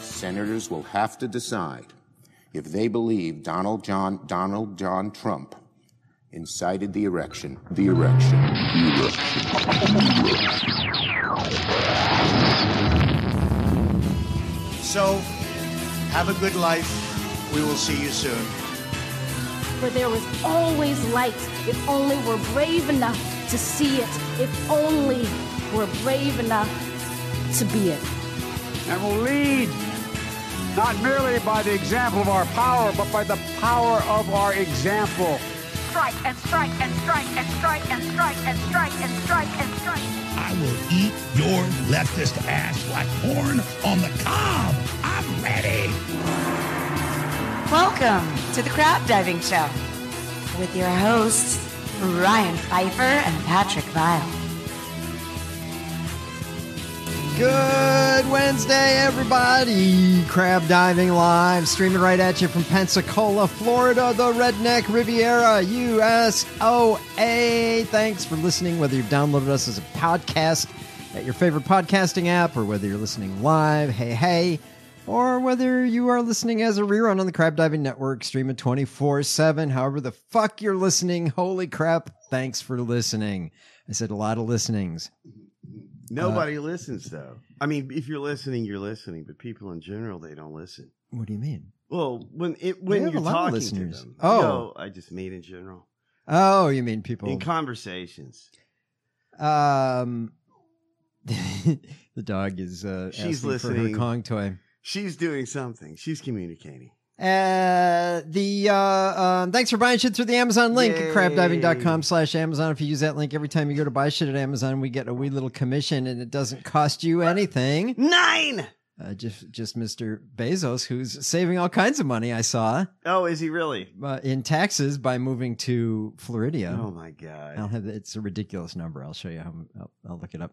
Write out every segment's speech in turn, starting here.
senators will have to decide if they believe Donald John, Donald John Trump incited the erection, the erection, the erection. So, have a good life. We will see you soon. For there is always light if only we're brave enough to see it, if only we're brave enough to be it. and will lead not merely by the example of our power, but by the power of our example. strike and strike and strike and strike and strike and strike and strike and strike. I will eat your leftist ass like corn on the cob. I'm ready. Welcome to the Crab Diving Show with your hosts, Ryan Pfeiffer and Patrick Vile. Good Wednesday, everybody. Crab Diving Live, streaming right at you from Pensacola, Florida, the Redneck Riviera, USOA. Thanks for listening, whether you've downloaded us as a podcast at your favorite podcasting app, or whether you're listening live, hey, hey, or whether you are listening as a rerun on the Crab Diving Network, streaming 24 7, however the fuck you're listening. Holy crap, thanks for listening. I said a lot of listenings. Nobody listens though. I mean, if you're listening, you're listening, but people in general they don't listen. What do you mean? Well, when it when have a you're lot of talking to listeners. them. Oh. No, I just mean in general. Oh, you mean people? In conversations. um, the dog is uh, She's asking for listening. her Kong toy. She's doing something. She's communicating. Uh, the uh, um, thanks for buying shit through the Amazon link at Yay. crabdiving.com slash Amazon. If you use that link every time you go to buy shit at Amazon, we get a wee little commission and it doesn't cost you anything. Nine. Uh, just, just Mr. Bezos, who's saving all kinds of money, I saw Oh, is he really? uh, in taxes by moving to Floridia. Oh my god. I'll have it's a ridiculous number. I'll show you how I'll, I'll look it up.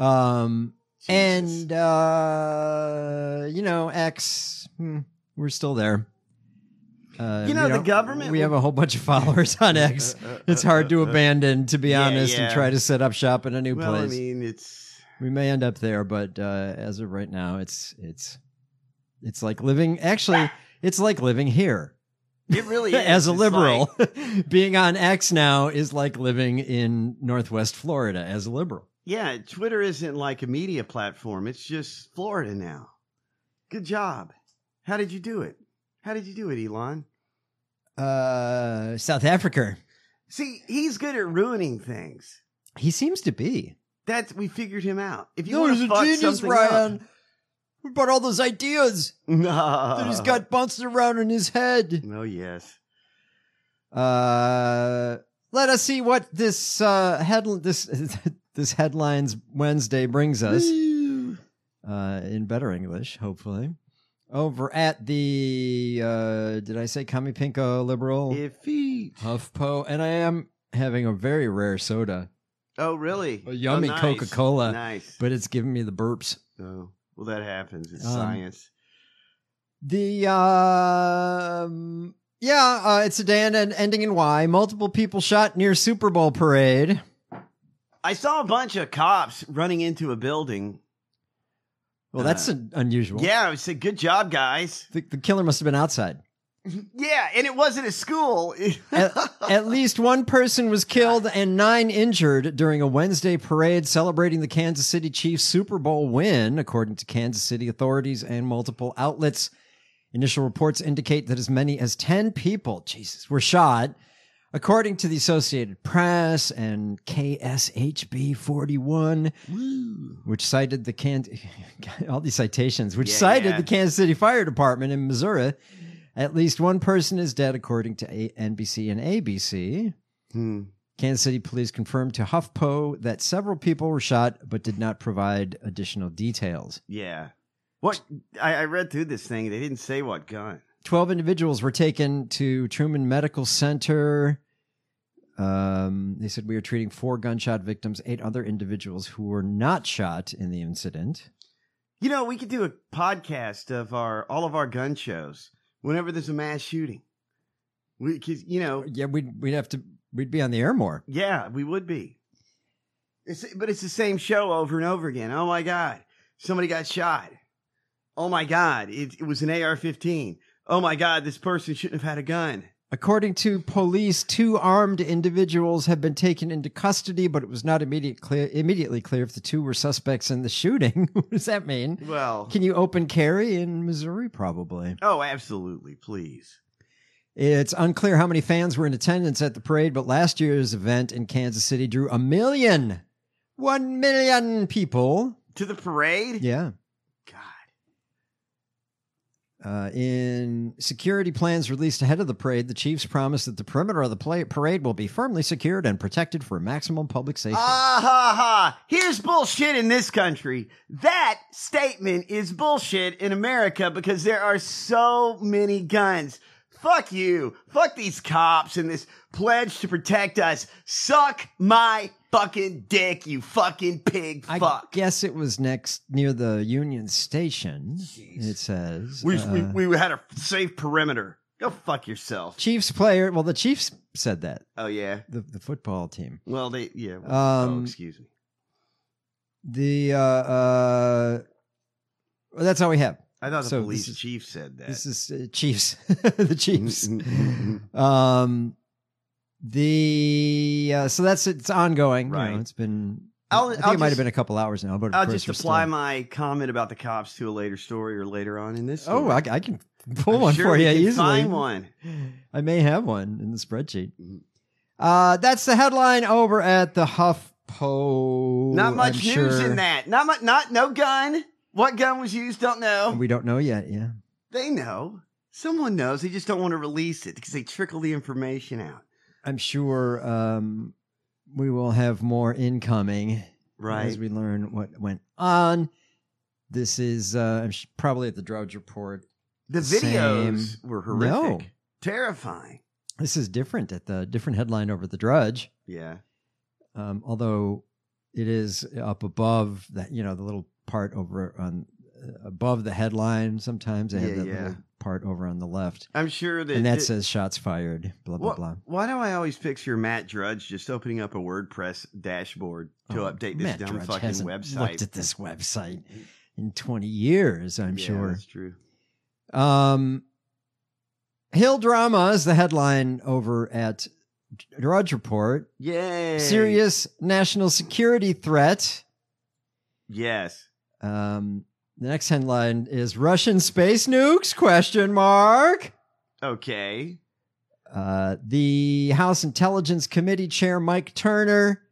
Um, Jesus. and uh, you know, X, hmm, we're still there. Uh, You know, we the don't- government We would- have a whole bunch of followers on X. It's hard to abandon, to be Yeah, honest, and yeah. try to set up shop in a new well, place. I mean, it's we may end up there, but uh, as of right now, it's it's it's like living. Actually, it's like living here it really is. as a It's liberal. like- Being on X now is like living in Northwest Florida as a liberal. yeah, Twitter isn't like a media platform. It's just Florida now. Good job. How did you do it? How did you do it, Elon? Uh, South Africa. See, he's good at ruining things. He seems to be. That's we figured him out. If you want to fuck something up, We brought all those ideas no, that he's got bouncing around in his head. No, yes, Uh, let us see what this uh head this this headlines Wednesday brings us. uh, in better English, hopefully. Over at the uh, did I say Kami Pinko liberal if he. HuffPo, and I am having a very rare soda, Oh, really? A yummy Oh, nice. Coca-Cola. Nice. but it's giving me the burps. oh, well, that happens. It's Um, science. The um, yeah, uh, it's a day and and ending in Y. Multiple people shot near Super Bowl parade. I saw a bunch of cops running into a building. Well, that's Uh, un- unusual. Yeah, I said, "Good job, guys." the, the killer must have been outside. Yeah, and it wasn't a school. at, at least one person was killed and nine injured during a Wednesday parade celebrating the Kansas City Chiefs Super Bowl win, according to Kansas City authorities and multiple outlets. Initial reports indicate that as many as 10 people, Jesus, were shot, according to the Associated Press and KSHB 41, which cited the Can- all these citations, which Yeah, cited yeah. the Kansas City Fire Department in Missouri. At least one person is dead, according to A- NBC and ABC. Hmm. Kansas City police confirmed to HuffPo that several people were shot, but did not provide additional details. Yeah. What I, I read through this thing, they didn't say what gun. 12 individuals were taken to Truman Medical Center. Um, they said we are treating four gunshot victims, eight other individuals who were not shot in the incident. You know, we could do a podcast of our all of our gun shows whenever there's a mass shooting. We, cause, you know, Yeah, we'd, we'd have to, we'd be on the air more. yeah, we would be. It's, but it's the same show over and over again. Oh my god, somebody got shot. Oh my God, it, it was an AR 15. Oh my God, this person shouldn't have had a gun. According to police, two armed individuals have been taken into custody, but it was not immediate clear, immediately clear if the two were suspects in the shooting. what does that mean? Well, Can you open carry in Missouri? Probably. oh, absolutely, please. It's unclear how many fans were in attendance at the parade, but last year's event in Kansas City drew a million, one million people. To the parade? Yeah. God. Uh, in security plans released ahead of the parade, the Chiefs promised that the perimeter of the play- parade will be firmly secured and protected for maximum public safety. Ah ha ha. Here's bullshit in this country. That statement is bullshit in America because there are so many guns. Fuck you. Fuck these cops and this pledge to protect us. Suck my fucking dick, you fucking pig I fuck. guess it was next near the Union Station. It says we, uh, we, we had a safe perimeter. Go fuck yourself. Chiefs player. Well, the Chiefs said that Oh yeah. the the football team. Well, they yeah. well, oh, Um, excuse me. The uh, uh, well, that's all we have. I thought the so police this is- chief said that. This is uh, Chiefs, the Chiefs. um, the uh, so that's it's ongoing. you know, Right. it's been. i I'll- think I'll it might have just- been a couple hours now, but of I'll course just we're apply still- my comment about the cops to a later story or later on in this. Oh, Story. I, I can pull I'm one sure for we you can easily. Find one. Mm-hmm. I may have one in the spreadsheet. Uh, that's the headline over at the HuffPo. Not much I'm news sure. in that. Not much. Not no gun. What gun was used? Don't know. We don't know yet. Yeah. they know. Someone knows. They just don't want to release it because they trickle the information out. I'm sure um, we will have more incoming Right. as we learn what went on. This is uh, I'm sh- probably at the Drudge Report. the videos Same. were horrific, No. terrifying. This is different at the different headline over at the Drudge, Yeah. um, although it is up above that you know the little part over on uh, above the headline. Sometimes they have Yeah, that yeah. little part over on the left. I'm sure that and that that- says shots fired, blah blah Wha- blah. Why do I always picture Matt Drudge just opening up a WordPress dashboard to Oh, update this Matt dumb Drudge fucking hasn't website? Looked at this website in twenty years, I'm Yeah, sure. that's true. Um, Hill drama is the headline over at Drudge Report. Yay! Serious national security threat. Yes. Um, the next headline is Russian space nukes? Question mark. Okay. Uh, the House Intelligence Committee Chair Mike Turner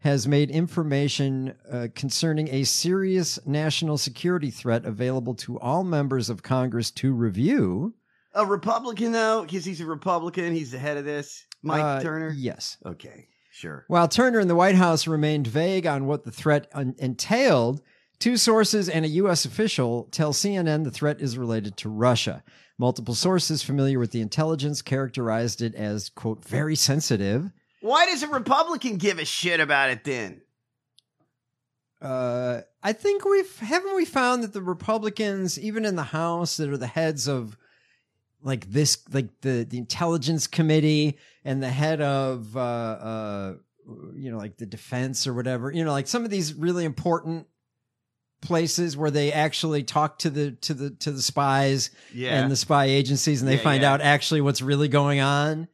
has made information uh, concerning a serious national security threat available to all members of Congress to review. A Republican though, because he's a Republican, he's the head of this. Mike Uh, Turner. Yes. Okay. Sure. While Turner and the White House remained vague on what the threat un- entailed, two sources and a U.S. official tell CNN the threat is related to Russia. Multiple sources familiar with the intelligence characterized it as, quote, very sensitive. Why does a Republican give a shit about it then? Uh, I think we've, haven't we found that the Republicans, even in the House, that are the heads of like this, like the, the intelligence committee and the head of, uh, uh, you know, like the defense or whatever, you know, like some of these really important places where they actually talk to the to the to the spies Yeah. and the spy agencies and they Yeah, find yeah. out actually what's really going on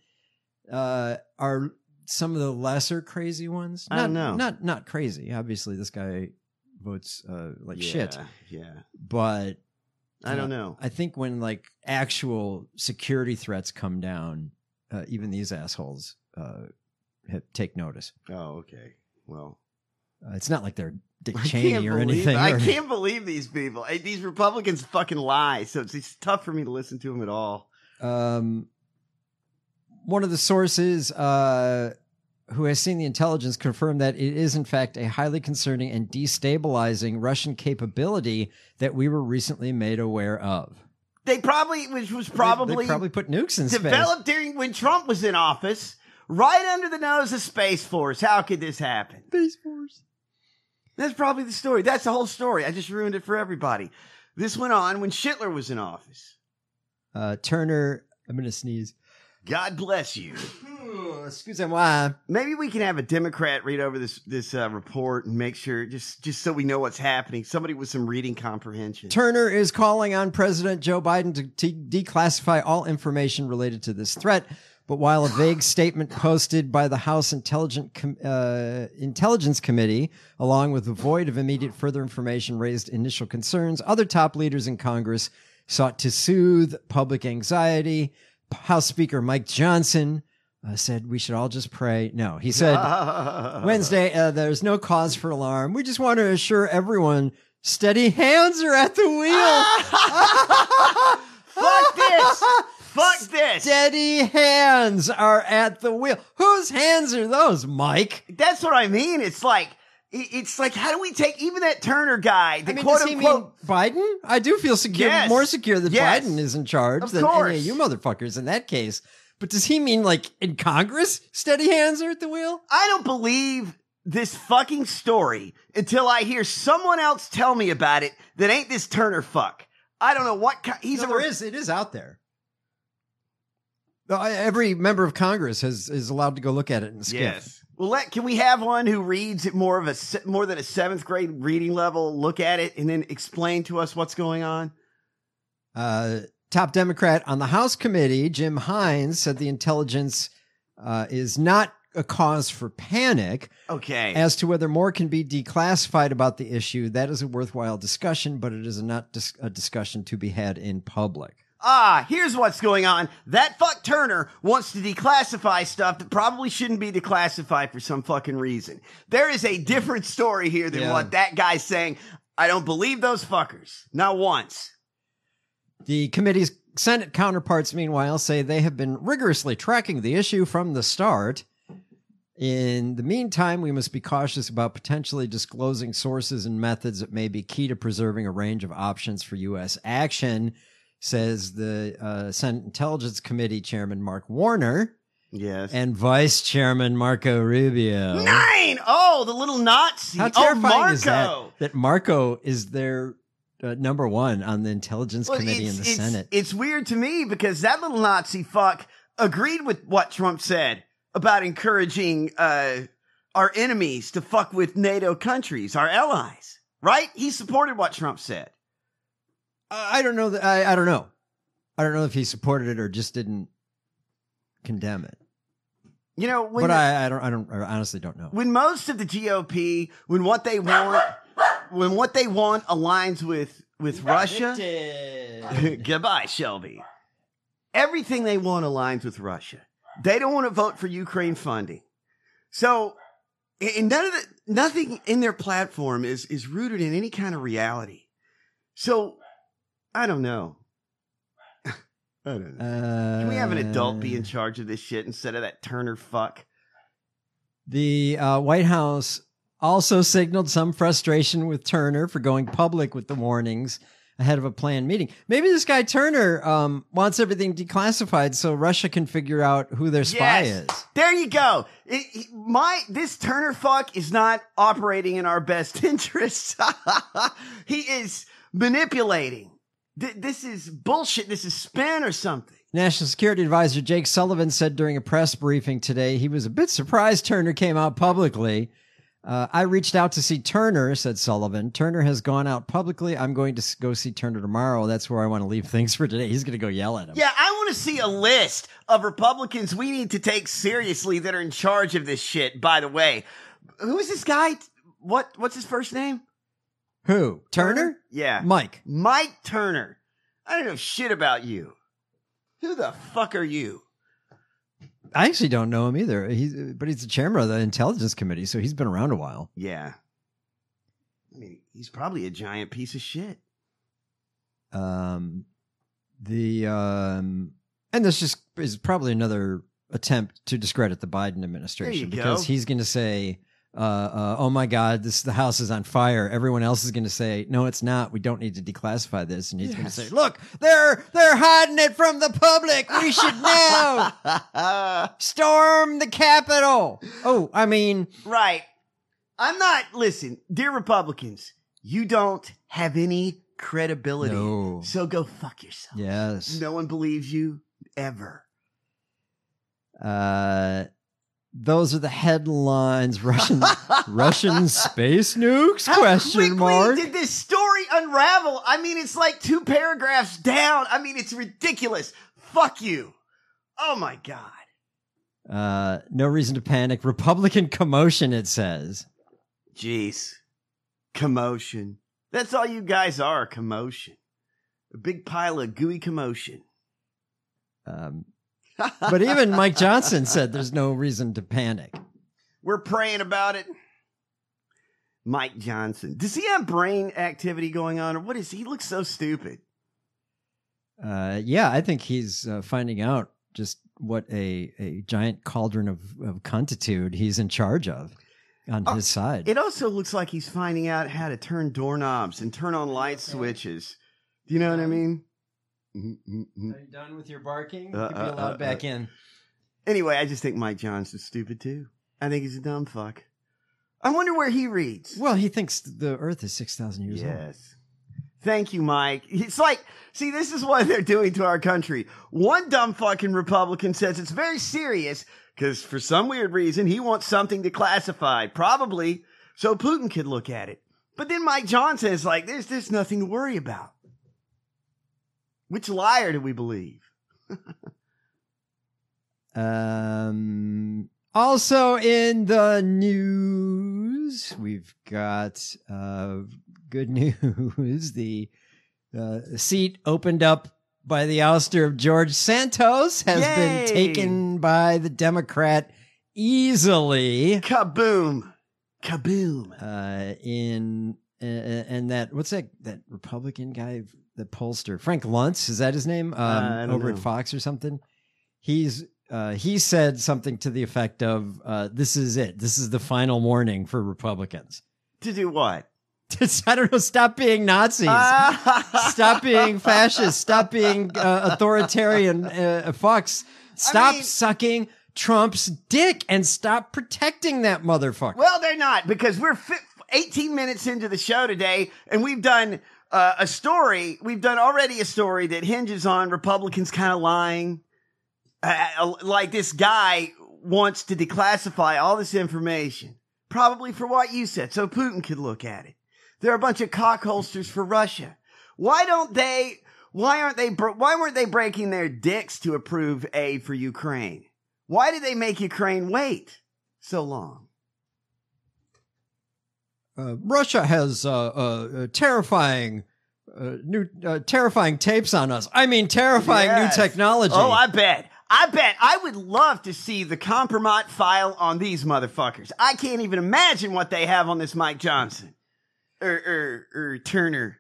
uh are some of the lesser crazy ones I not don't know. not not crazy obviously this guy votes uh like shit Yeah. but I don't know. i think when like actual security threats come down uh, even these assholes uh have, take notice Oh, okay. Well, Uh, it's not like they're Dick I can't Cheney or believe- anything. I or- can't believe these people. Hey, These Republicans fucking lie, so it's, it's tough for me to listen to them at all. Um, one of the sources uh, who has seen the intelligence confirmed that it is, in fact, a highly concerning and destabilizing Russian capability that we were recently made aware of. They probably, which was They- probably, they, probably put nukes in space. developed during when Trump was in office, right under the nose of Space Force. How could this happen? Space Force. That's probably the story. That's the whole story. I just ruined it for everybody. This went on when Schittler was in office. Uh, Turner. I'm gonna sneeze. God bless you. Ooh, excusez-moi. Maybe we can have a Democrat read over this this uh, report and make sure just just so we know what's happening. Somebody with some reading comprehension. Turner is calling on President Joe Biden to de- declassify all information related to this threat. But while a vague statement posted by the House Intelligent Com- uh, Intelligence Committee, along with the void of immediate further information, raised initial concerns, other top leaders in Congress sought to soothe public anxiety. House Speaker Mike Johnson uh, said we should all just pray. No, he said Wednesday uh, there's no cause for alarm. We just want to assure everyone steady hands are at the Ah! wheel. Fuck this! Fuck this! steady hands are at the wheel. Whose hands are those, Mike? That's what I mean. It's like it- it's like how do we take even that Turner guy, the I mean, quote does he unquote mean Biden? I do feel secure, Yes. more secure that Yes. Biden is in charge Of than course. any of you motherfuckers in that case. But does he mean like in Congress, steady hands are at the wheel? I don't believe this fucking story until I hear someone else tell me about it that ain't this Turner fuck. I don't know what ki- he's No, a there is. It is out there. No, I- Every member of Congress has is allowed to go look at it and skim. Yes. Well, let can we have one who reads it more of a se- more than a seventh grade reading level? Look at it and then explain to us what's going on. Uh, top Democrat on the House committee, Jim Hines, said the intelligence uh, is not a cause for panic. Okay. As to whether more can be declassified about the issue, that is a worthwhile discussion, but it is not dis- a discussion to be had in public. ah, here's what's going on. That fuck Turner wants to declassify stuff that probably shouldn't be declassified for some fucking reason. There is a different story here than Yeah. what that guy's saying. I don't believe those fuckers. Not once. The committee's Senate counterparts, meanwhile, say they have been rigorously tracking the issue from the start. In the meantime, we must be cautious about potentially disclosing sources and methods that may be key to preserving a range of options for U.S. action, says the uh, Senate Intelligence Committee Chairman Mark Warner Yes. and Vice Chairman Marco Rubio. Nine! Oh, the little Nazi. How oh, terrifying Marco. is that? That Marco is their uh, number one on the Intelligence Well, Committee in the it's, Senate. It's weird to me because that little Nazi fuck agreed with what Trump said about encouraging uh, our enemies to fuck with NATO countries, our allies. Right? He supported what Trump said. I I don't know. That, I, I don't know. I don't know if he supported it or just didn't condemn it. You know, when but I, I don't. I don't. I honestly don't know. when most of the GOP, when what they want, when what they want aligns with with Russia. Goodbye, Shelby. Everything they want aligns with Russia. They don't want to vote for Ukraine funding. So, and none of the, nothing in their platform is is rooted in any kind of reality. So, I don't know. I don't know. Can we have an adult be in Uh, charge of this shit instead of that Turner fuck? The uh, White House also signaled some frustration with Turner for going public with the warnings ahead of a planned meeting. Maybe this guy Turner um, wants everything declassified so Russia can figure out who their spy Yes. is. There you go. It- it- my this Turner fuck is not operating in our best interests. he is manipulating. Th- this is bullshit. This is spin or something. National Security Advisor Jake Sullivan said during a press briefing today he was a bit surprised Turner came out publicly. Uh, I reached out to see Turner, said Sullivan. Turner has gone out publicly. I'm going to s- go see Turner tomorrow. That's where I want to leave things for today. He's going to go yell at him. Yeah, I want to see a list of Republicans we need to take seriously that are in charge of this shit. By the way, who is this guy? What what's his first name? Who? Turner? Yeah, Mike. Mike Turner. I don't know shit about you. Who the fuck are you? I actually don't know him either. He's, but he's the chairman of the Intelligence Committee, so he's been around a while. Yeah. I mean, he's probably a giant piece of shit. um the um and this just is probably another attempt to discredit the Biden administration There you because go. he's going to say uh, uh oh my god this the house is on fire everyone else is going to say no it's not we don't need to declassify this and he's going to Yes. say look they're they're hiding it from the public we should now storm the capitol oh i mean right. I'm not, listen, dear Republicans, you don't have any credibility. No. So go fuck yourself. yes No one believes you ever. Uh, those are the headlines. Russian Russian space nukes? How question quickly mark. did this story unravel? I mean, it's like two paragraphs down. I mean, it's ridiculous. Fuck you. Oh my god. Uh, no reason to panic. Republican commotion. It says. Jeez. Commotion. That's all you guys are, commotion. A big pile of gooey commotion. Um, but even Mike Johnson said there's no reason to panic. We're praying about it. Mike Johnson. Does he have brain activity going on or what is he looks so stupid? Uh, yeah, I think he's uh, finding out just what a, a giant cauldron of, of cuntitude he's in charge of on Oh, his side. It also looks like he's finding out how to turn doorknobs and turn on light switches. Do you know what I mean? Mhm, mhm, mhm. you done with your barking? Uh, You'd be uh, allowed uh, back in. Anyway, I just think Mike Johnson's stupid too. I think he's a dumb fuck. I wonder where he reads. Well, he thinks the Earth is 6,000 years old. Yes. Thank you, Mike. It's like, see, this is what they're doing to our country. One dumb fucking Republican says it's very serious because for some weird reason he wants something declassified, probably so Putin could look at it. But then Mike Johnson is like, there's, there's nothing to worry about. Which liar do we believe? Um, also in the news, we've got uh, good news. The uh, seat opened up by the ouster of George Santos has Yay! been taken by the Democrat easily. Kaboom. Kaboom. Uh, in uh, and that what's that that Republican guy, the pollster Frank Luntz is that his name? Um, Uh, I don't over know. at Fox or something. He's uh, he said something to the effect of, uh, "This is it. This is the final warning for Republicans." To do what? I don't know. Stop being Nazis. Ah! stop being fascist. Stop being uh, authoritarian. Uh, fucks. Stop mean- sucking Trump's dick and stop protecting that motherfucker. Well, they're not because we're fi- 18 minutes into the show today, and we've done uh, a story. We've done already a story that hinges on Republicans kind of lying. Uh, uh, like this guy wants to declassify all this information, probably for what you said, so Putin could look at it. There are a bunch of cockholsters for Russia. Why don't they? Why aren't they? br- Why weren't they breaking their dicks to approve aid for Ukraine? Why did they make Ukraine wait so long? uh, Russia has uh, uh, uh, terrifying. Uh, new uh, terrifying tapes on us. I mean, terrifying Yes. new technology. Oh, I bet. I bet. I would love to see the compromise file on these motherfuckers. I can't even imagine what they have on this Mike Johnson or or, or Turner.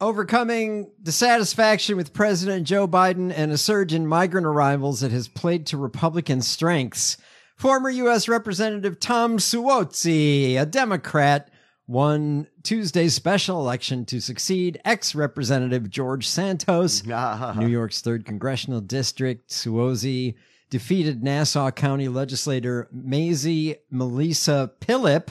Overcoming dissatisfaction with President Joe Biden and a surge in migrant arrivals that has played to Republican strengths. Former U.S. Representative Tom Suozzi, a Democrat, won Tuesday's special election to succeed ex Representative George Santos, New York's 3rd Congressional District. Suozzi defeated Nassau County legislator Maisie Melissa Pillip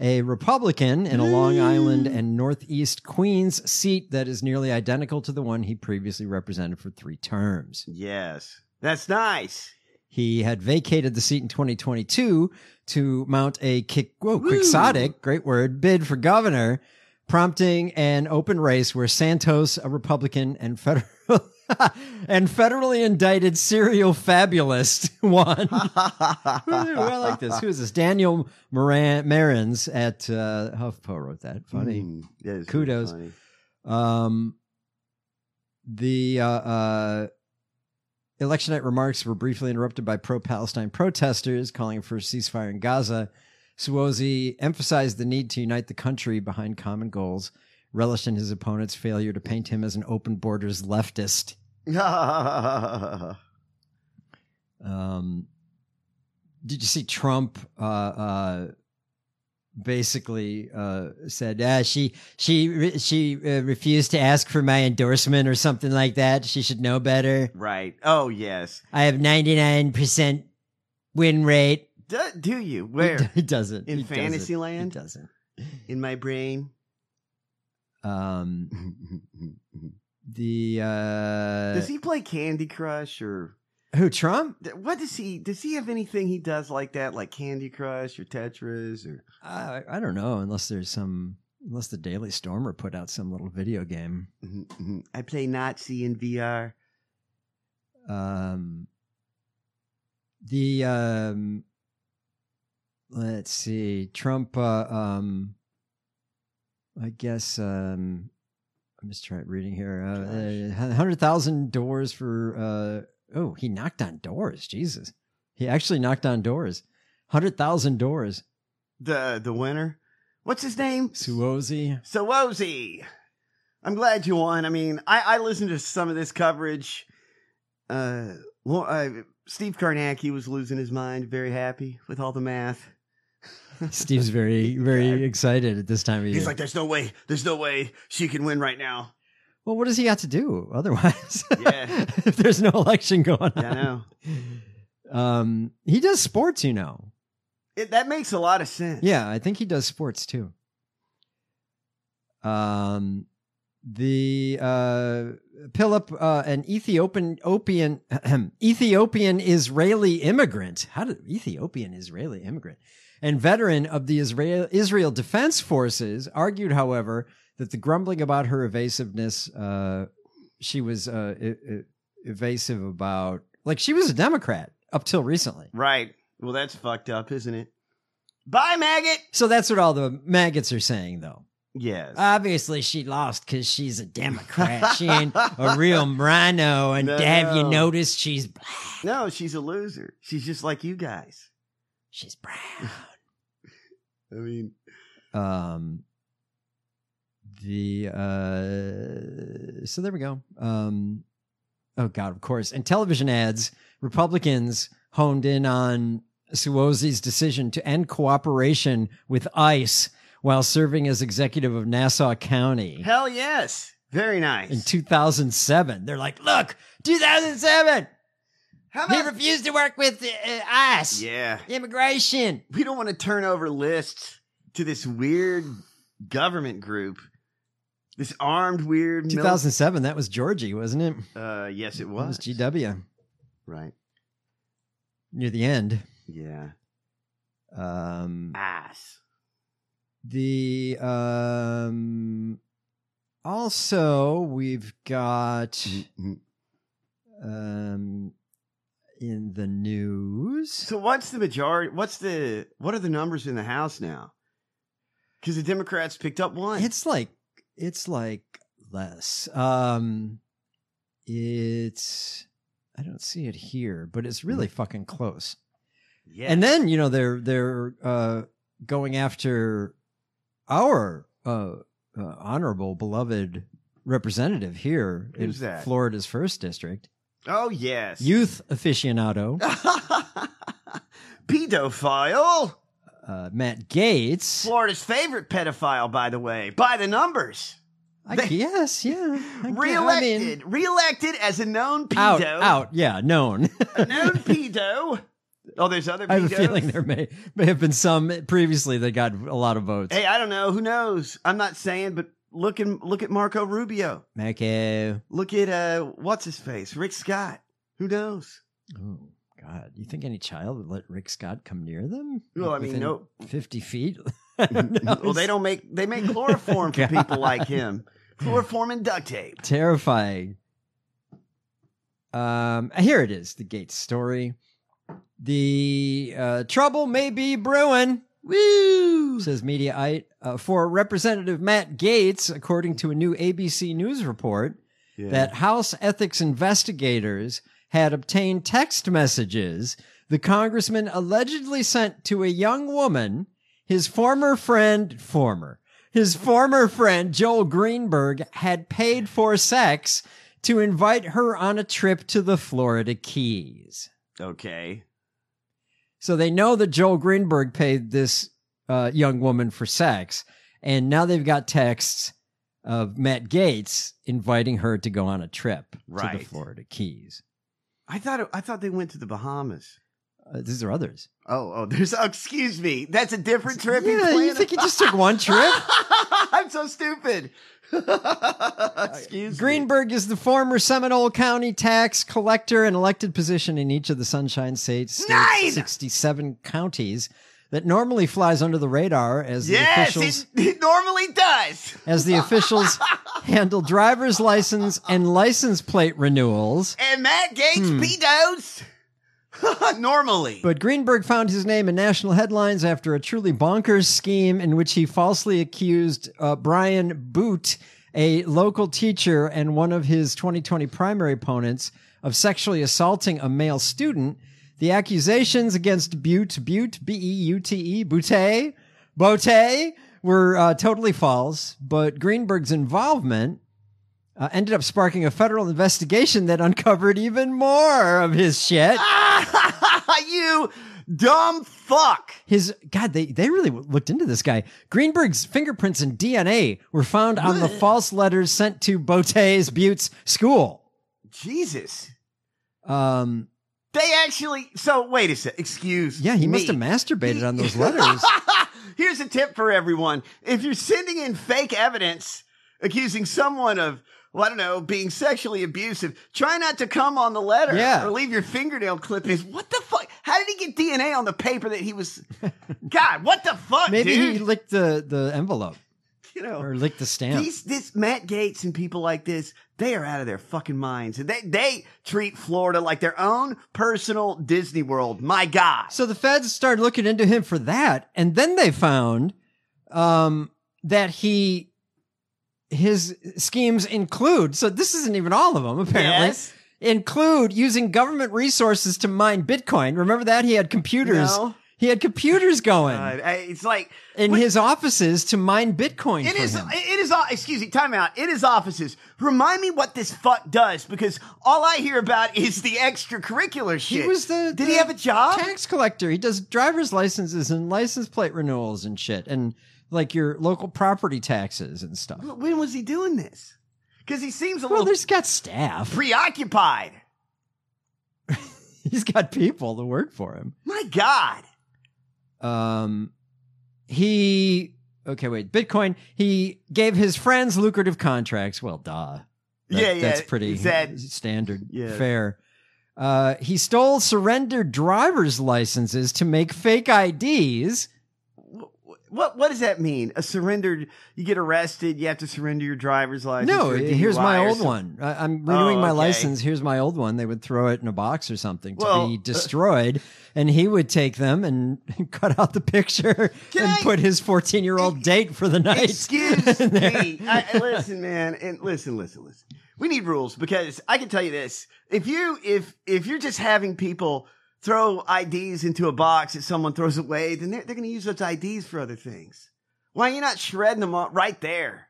a Republican in a Long Island and Northeast Queens seat that is nearly identical to the one he previously represented for three terms. Yes, that's nice. He had vacated the seat in 2022 to mount a kick, whoa, quixotic, great word, bid for governor, prompting an open race where Santos, a Republican and federal and federally indicted serial fabulist, won. Who- I like this. Who is this? Daniel Moran Marins at uh, HuffPo wrote that. Funny. Mm, that is really Hmm. Kudos. funny. Um, the uh, uh, election night remarks were briefly interrupted by pro Palestine protesters calling for a ceasefire in Gaza. Suozzi emphasized the need to unite the country behind common goals, relished in his opponent's failure to paint him as an open borders leftist. Um, did you see Trump? Uh, uh, basically uh, said uh, she she re- she uh, refused to ask for my endorsement or something like that. She should know better. right. Oh yes. I have ninety nine percent win rate. Do, do you where He doesn't In He doesn't. Fantasyland? He doesn't. in my brain? Um, the uh, Does he play Candy Crush or Who Trump? Th- What does he? Does he have anything he does like that, like Candy Crush or Tetris or? I I don't know. Unless there's some, unless the Daily Stormer put out some little video game. Mhm, mhm. I play Nazi in VR. Um, the um, let's see, Trump. Uh, um, I guess um, I'm just trying reading here. Uh, uh, Hundred thousand doors for. Uh, oh, he knocked on doors. Jesus, he actually knocked on doors. Hundred thousand doors. The the winner. What's his name? Suozi. So Wozy, I'm glad you won. I mean, I, I listened to some of this coverage. Uh, Lo- uh, Steve Karnacki was losing his mind, very happy with all the math. Steve's very very excited at this time of year. He's like, "There's no way, there's no way she can win right now." well, what does he have to do otherwise? Yeah. if there's no election going on. Yeah, I know. Um, he does sports, you know. It, that makes a lot of sense. Yeah, I think he does sports too. Um, the uh, Philip, uh, an Ethiopian, opian, Ethiopian Israeli immigrant. How did Ethiopian Israeli immigrant and veteran of the Israel Israel Defense Forces argued, however, that the grumbling about her evasiveness, uh, she was uh, e- e- evasive about, like she was a Democrat up till recently. Right. Well, that's fucked up, isn't it? Bye, maggot. So that's what all the maggots are saying, though. Yes. Obviously, she lost because she's a Democrat. she ain't a real rhino. And No. have you noticed she's black? no, she's a loser. She's just like you guys. She's brown. I mean, Um, the uh, so there we go. Um, oh God, of course. And television ads, Republicans honed in on Suozzi's decision to end cooperation with ICE while serving as executive of Nassau County. hell yes. Very nice. in 2007. They're like, look, 2007, How he about? refused to work with uh, uh, ICE, yeah. immigration. we don't want to turn over lists to this weird government group, this armed weird. mil- 2007, that was Georgie, wasn't it? uh, yes, it That was was. GW right. near the end. Yeah. Um, Ass. the um, also we've got Mm. um, in the news. So what's the majority? What's the what are the numbers in the House now? Because the Democrats picked up one. It's like it's like less. Um it's I don't see it here, but it's really fucking close. Mm-hmm. yeah. And then, you know, they're they're uh going after our uh, uh honorable beloved representative here Who's in that? Florida's first district. oh yes. Youth aficionado, Pedophile. uh Matt Gates. Florida's favorite pedophile, by the way, by the numbers. I guess, yeah. I gue- I mean, Reelected. Reelected as a known pedo. out, out, yeah, known. known pedo. Oh, there's other pedos. I have a feeling there may may have been some previously that got a lot of votes. Hey, I don't know. Who knows? I'm not saying, but look and look at Marco Rubio. Marco. Look at uh, what's his face, Rick Scott. Who knows? Oh God, you think any child would let Rick Scott come near them? Well, I mean, Within no. fifty feet. I don't know. Well, they don't make they make chloroform for people God. like him. Chloroform and duct tape. terrifying. Um, here it is, the Gates story. The uh, trouble may be brewing. Woo! Says Mediaite uh, for Representative Matt Gates, according to a new ABC News report, that House ethics investigators had obtained text messages the congressman allegedly sent to a young woman, his former friend, former, his former friend Joel Greenberg had paid for sex to invite her on a trip to the Florida Keys. Okay. So they know that Joel Greenberg paid this uh, young woman for sex, and now they've got texts of Matt Gates inviting her to go on a trip to Right. the Florida Keys. I thought it, I thought they went to the Bahamas. Uh, these are others. Oh, oh, there's. Oh, excuse me. That's a different trip. He's Yeah, you playing think a- you just took one trip? I'm so stupid. excuse me. Greenberg is the former Seminole County tax collector and elected position in each of the Sunshine State State's Nine! 67 counties that normally flies under the radar as the Yes, officials it, it normally does. as the officials handle driver's license and license plate renewals. And Matt Gates pedos. normally. Hmm. But Greenberg found his name in national headlines after a truly bonkers scheme in which he falsely accused uh, Brian Boot, a local teacher and one of his 2020 primary opponents, of sexually assaulting a male student. The accusations against Butte, Butte, B E U T E, Butte, Bote, were uh, totally false, but Greenberg's involvement uh, ended up sparking a federal investigation that uncovered even more of his shit. you dumb fuck. His God, they they really looked into this guy. Greenberg's fingerprints and DNA were found on the false letters sent to Bote's Butte's school. Jesus. Um, They actually. So wait a sec. Excuse. yeah, he must me. have masturbated on those letters. Here's a tip for everyone. If you're sending in fake evidence accusing someone of, well, I don't know, being sexually abusive, try not to come on the letter Yeah. or leave your fingernail clippings. What the fuck? How did he get DNA on the paper that he was. God, what the fuck, Maybe dude? he licked the the envelope you know, or licked the stamp. these, this Matt Gates and people like this, they are out of their fucking minds. And they, they treat Florida like their own personal Disney World. My God. So the feds started looking into him for that, and then they found um, that he his schemes include. So this isn't even all of them, apparently. Yes. Include using government resources to mine Bitcoin. Remember that he had computers. No. He had computers going God, I- Uh, it's like in what- his offices to mine Bitcoin. It for is. him. It is. Excuse me. Time out. It is offices. Remind me what this fuck does because all I hear about is the extracurricular He shit. was the. Did the he have a job? Tax collector. He does driver's licenses and license plate renewals and shit, and like your local property taxes and stuff. when was he doing this? Because he seems a Well, little there's got staff. preoccupied. He's got people to work for him. My God. Um, he okay, wait, Bitcoin. He gave his friends lucrative contracts. Well, duh. That- yeah, yeah. that's pretty Is that- standard Yeah. fair. Uh, he stole surrendered driver's licenses to make fake IDs. what What does that mean? A surrendered. You get arrested. You have to surrender your driver's license. no, or a here's DUI my or old one. something. I, I'm renewing Oh, my okay. license. Here's my old one. They would throw it in a box or something to Well, be uh, destroyed, and he would take them and cut out the picture Can and I- put his 14 year old date for the night. Excuse in there. me. I, I- listen, man, and listen, listen, listen. We need rules because I can tell you this: if you if if you're just having people throw IDs into a box that someone throws away, then they're, they're going to use those IDs for other things. Why are you not shredding them up right there?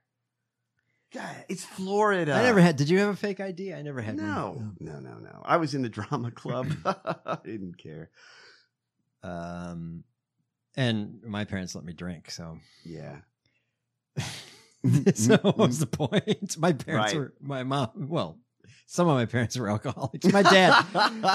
God, it's Florida. I never had. Did you have a fake ID? I never had. one. No, no, no, no. I was in the drama club. I didn't care. Um, and my parents let me drink, so Yeah. so what was the point? My parents Mm-hmm. Right. were my mom. Well, some of my parents were alcoholics. My dad,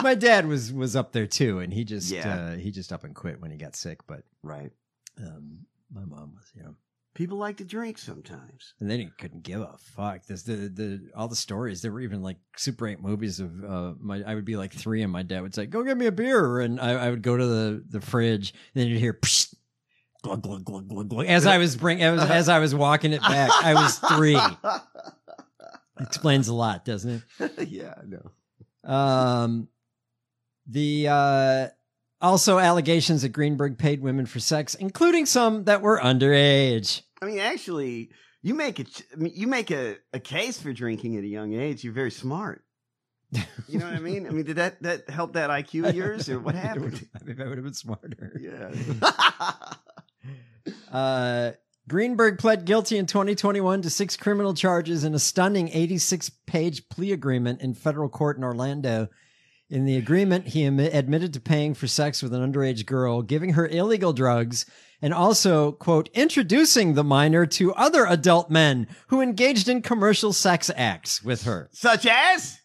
my dad was was up there too, and he just Yeah. uh, he just up and quit when he got sick. But Right. um, my mom was, you know, People like to drink sometimes. and then he couldn't give a fuck. This the the all the stories. There were even like Super Eight movies of uh, my. I would be like three, and my dad would say, "Go get me a beer," and I, I would go to the the fridge, and then you'd hear. Psh, glug, glug, glug, glug, glug, as I was bring as, as I was walking it back, I was three. Explains a lot, doesn't it? yeah, no. Um, the uh, also allegations that Greenberg paid women for sex, including some that were underage. I mean, actually, you make a ch- I mean, you make a, a case for drinking at a young age. You're very smart. You know what I mean? I mean, did that that help that IQ of yours, or what I happened? would've- I mean, I would have been smarter. Yeah. Uh, Greenberg pled guilty in 2021 to six criminal charges in a stunning 86 page plea agreement in federal court in Orlando. In the agreement, he am- admitted to paying for sex with an underage girl, giving her illegal drugs, and also, quote, introducing the minor to other adult men who engaged in commercial sex acts with her. Such as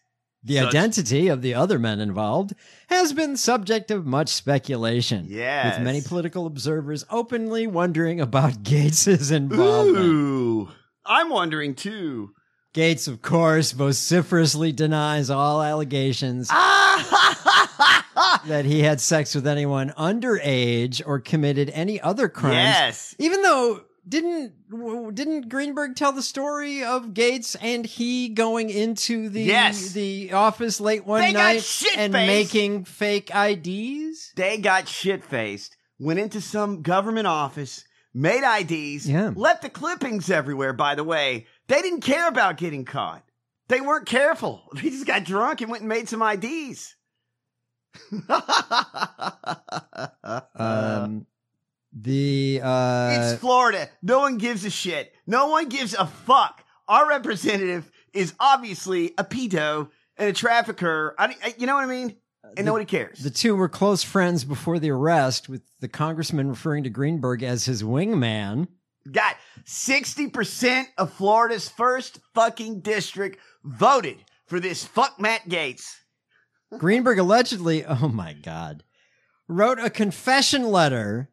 The Such- identity of the other men involved has been subject of much speculation. Yes. With many political observers openly wondering about Gates's involvement. Ooh. I'm wondering too. Gates, of course, vociferously denies all allegations that he had sex with anyone underage or committed any other crimes. Yes. Even though didn't w- didn't Greenberg tell the story of Gates and he going into the Yes. the office late one They got night shit-faced. and making fake IDs? They got shit faced, went into some government office, made IDs, Yeah. left the clippings everywhere, by the way. They didn't care about getting caught. They weren't careful. They just got drunk and went and made some IDs. um the uh it's Florida. No one gives a shit. No one gives a fuck. Our representative is obviously a pedo and a trafficker. I, I- you know what I mean? And nobody cares. The two were close friends before the arrest, with the congressman referring to Greenberg as his wingman. got 60% of Florida's first fucking district voted for this fuck Matt Gates. Greenberg allegedly, oh my God, wrote a confession letter.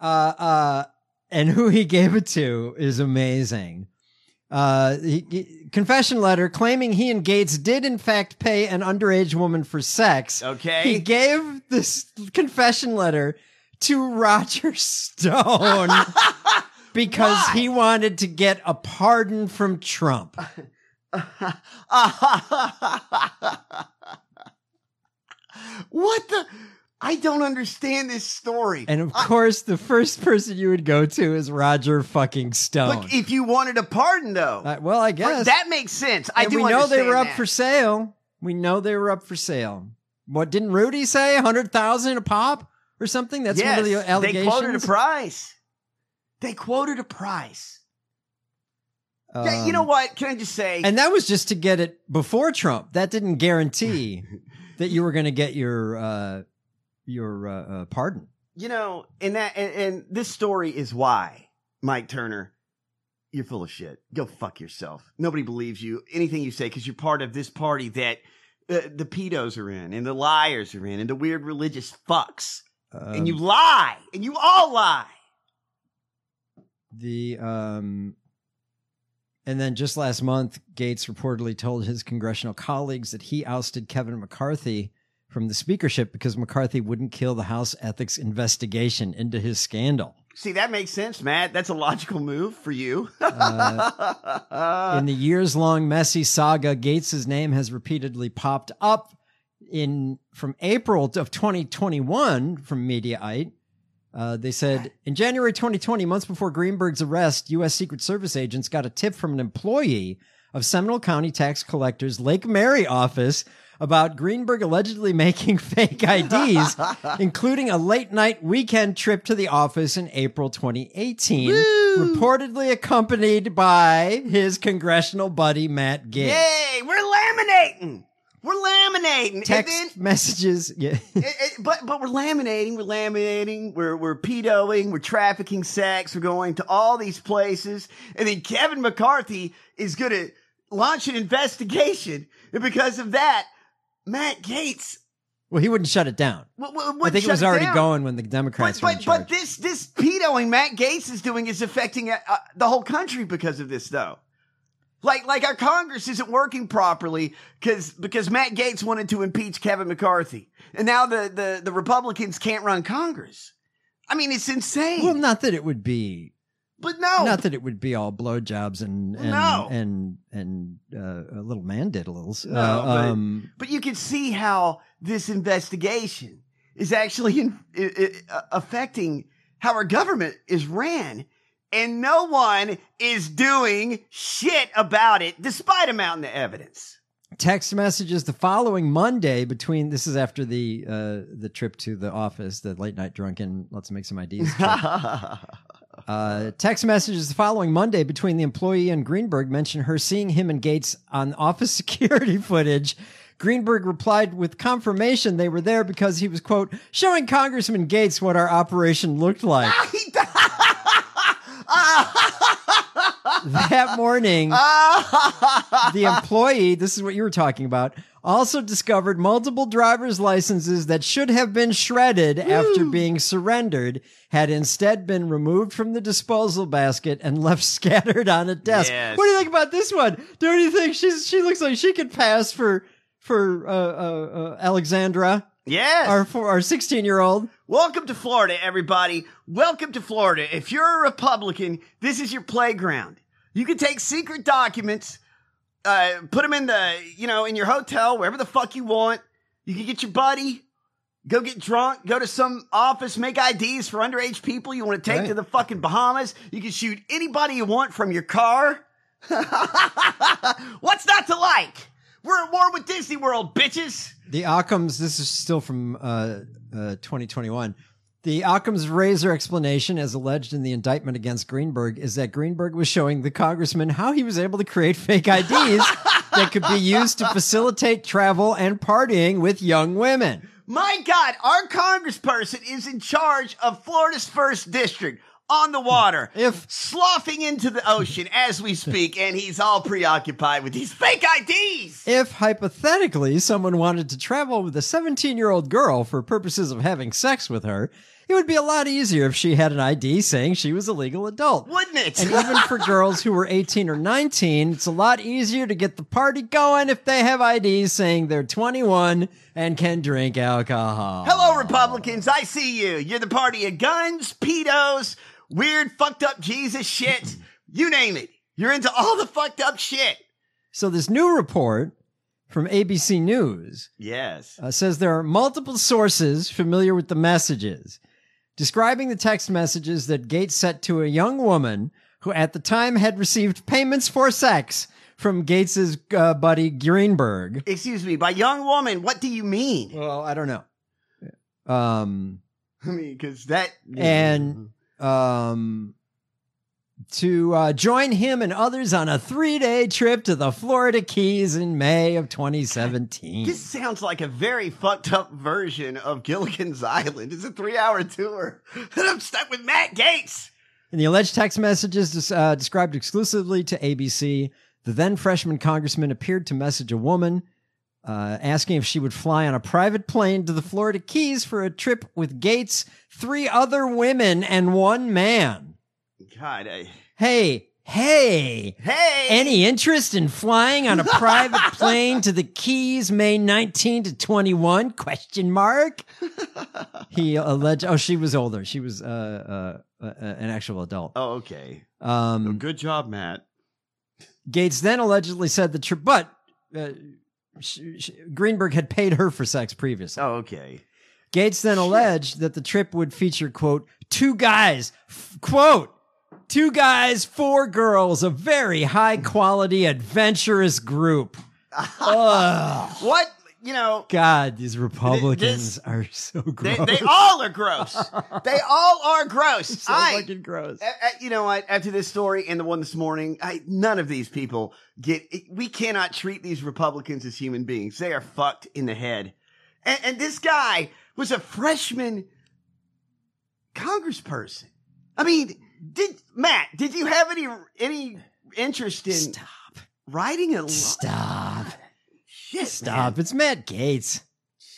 Uh, uh, and who he gave it to is amazing. Uh, he- he- confession letter claiming he and Gates did in fact pay an underage woman for sex. Okay. He gave this confession letter to Roger Stone because Why? he wanted to get a pardon from Trump. what the? I don't understand this story. And of course, the first person you would go to is Roger fucking Stone. Look, if you wanted a pardon, though, Uh, well, I guess that makes sense. I and do we know they understand were up that. for sale. We know they were up for sale. What didn't Rudy say? Hundred thousand a pop or something? That's yes, one of the allegations. They quoted a price. They quoted a price. Yeah, you know Um, what? Can I just say? And that was just to get it before Trump. That didn't guarantee that you were going to get your uh, your uh, uh, pardon. you know, and that and, and this story is why Mike Turner, you're full of shit. Go fuck yourself. Nobody believes you. Anything you say because you're part of this party that uh, the pedos are in, and the liars are in, and the weird religious fucks, Um, and you lie, and you all lie. the um and then just last month gates reportedly told his congressional colleagues that he ousted kevin mccarthy from the speakership because mccarthy wouldn't kill the house ethics investigation into his scandal See, that makes sense, Matt. That's a logical move for you. Uh, in the years-long messy saga gates's name has repeatedly popped up in from april of 2021 from mediaite Uh, they said in January 2020, months before Greenberg's arrest, U.S. Secret Service agents got a tip from an employee of Seminole County Tax Collector's Lake Mary office about Greenberg allegedly making fake IDs, including a late night weekend trip to the office in April 2018, reportedly accompanied by his congressional buddy Matt Gates. Yay, we're laminating. We're laminating. Text and then messages. Yeah. it, it- but but we're laminating, we're laminating, we're we're pedoing, we're trafficking sex, we're going to all these places, and then Kevin McCarthy is going to launch an investigation, and because of that, Matt Gates. well, he wouldn't shut it down. W- w- I would think it shut was already down. going when the Democrats But were in but, charge. but this this pedoing Matt Gates is doing is affecting uh, uh, the whole country because of this though. Like like our Congress isn't working properly because because Matt Gates wanted to impeach Kevin McCarthy, and now the the the Republicans can't run Congress. I mean, it's insane. Well, not that it would be, but no, not that it would be all blowjobs and and No. and and uh, little man diddles. No, uh, but- um, but you can see how this investigation is actually in, i i affecting how our government is ran. And no one is doing shit about it, despite a mountain of evidence. text messages the following Monday between this is after the uh, the trip to the office, the late night drunken. Let's make some IDs. trip. Uh, text messages the following Monday between the employee and Greenberg mentioned her seeing him and Gates on office security footage. Greenberg replied with confirmation they were there because he was, quote, showing Congressman Gates what our operation looked like. that morning, the employee, this is what you were talking about, also discovered multiple driver's licenses that should have been shredded after being surrendered had instead been removed from the disposal basket and left scattered on a desk. Yes. What do you think about this one? Don't you think she's she looks like she could pass for for uh, uh, uh, Alexandra, Yes. our four, our sixteen year old? Welcome to Florida, everybody. Welcome to Florida. If you're a Republican, this is your playground. You can take secret documents, uh, put them in the, you know, in your hotel, wherever the fuck you want. You can get your buddy, go get drunk, go to some office, make IDs for underage people you want to take Right. to the fucking Bahamas. You can shoot anybody you want from your car. What's not to like? We're at war with Disney World, bitches. The Occam's, this is still from uh, uh, 2021. The Occam's razor explanation, as alleged in the indictment against Greenberg, is that Greenberg was showing the congressman how he was able to create fake IDs that could be used to facilitate travel and partying with young women. My God, our congressperson is in charge of Florida's first district on the water, If- sloughing into the ocean as we speak, and he's all preoccupied with these fake IDs. If hypothetically someone wanted to travel with a 17 year old girl for purposes of having sex with her, it would be a lot easier if she had an ID saying she was a legal adult. Wouldn't it? And even for girls who were 18 or 19, it's a lot easier to get the party going if they have IDs saying they're 21 and can drink alcohol. Hello, Republicans. I see you. You're the party of guns, pedos, weird, fucked up Jesus shit. You name it. You're into all the fucked up shit. So, this new report from ABC News Yes. uh, says there are multiple sources familiar with the messages describing the text messages that Gates sent to a young woman who at the time had received payments for sex from Gates's uh, buddy Greenberg. Excuse me, by young woman, what do you mean? Well, I don't know. Um, I mean, because that. and um to uh, join him and others on a three-day trip to the Florida Keys in May of 2017. This sounds like a very fucked up version of Gilligan's Island. It's a three hour tour. And I'm stuck with Matt Gates. In the alleged text messages uh, described exclusively to ABC, the then freshman congressman appeared to message a woman uh, asking if she would fly on a private plane to the Florida Keys for a trip with Gates, three other women, and one man. God, I, Hey, hey, hey, Any interest in flying on a private plane to the Keys May 19 to 21? Question mark. He alleged. Oh, she was older. She was uh, uh, uh, an actual adult. oh, okay. Oh, Um, Good job, Matt. Gates then allegedly said the trip, but uh, sh sh Greenberg had paid her for sex previously. Oh, okay. Gates then alleged that the trip would feature, quote, two guys, f- quote, two guys, four girls, a very high quality, adventurous group. Ugh. What, you know, God, these Republicans This- are so they, gross. they all are gross. they all are gross. so I, fucking gross. a- a- you know what? After this story and the one this morning, I, none of these people get. We cannot treat these Republicans as human beings. They are fucked in the head. And, and this guy was a freshman congressperson. I mean, did Matt? Did you have any any interest in Stop. writing a lo- Stop. shit? Stop. Man. It's Matt Gates.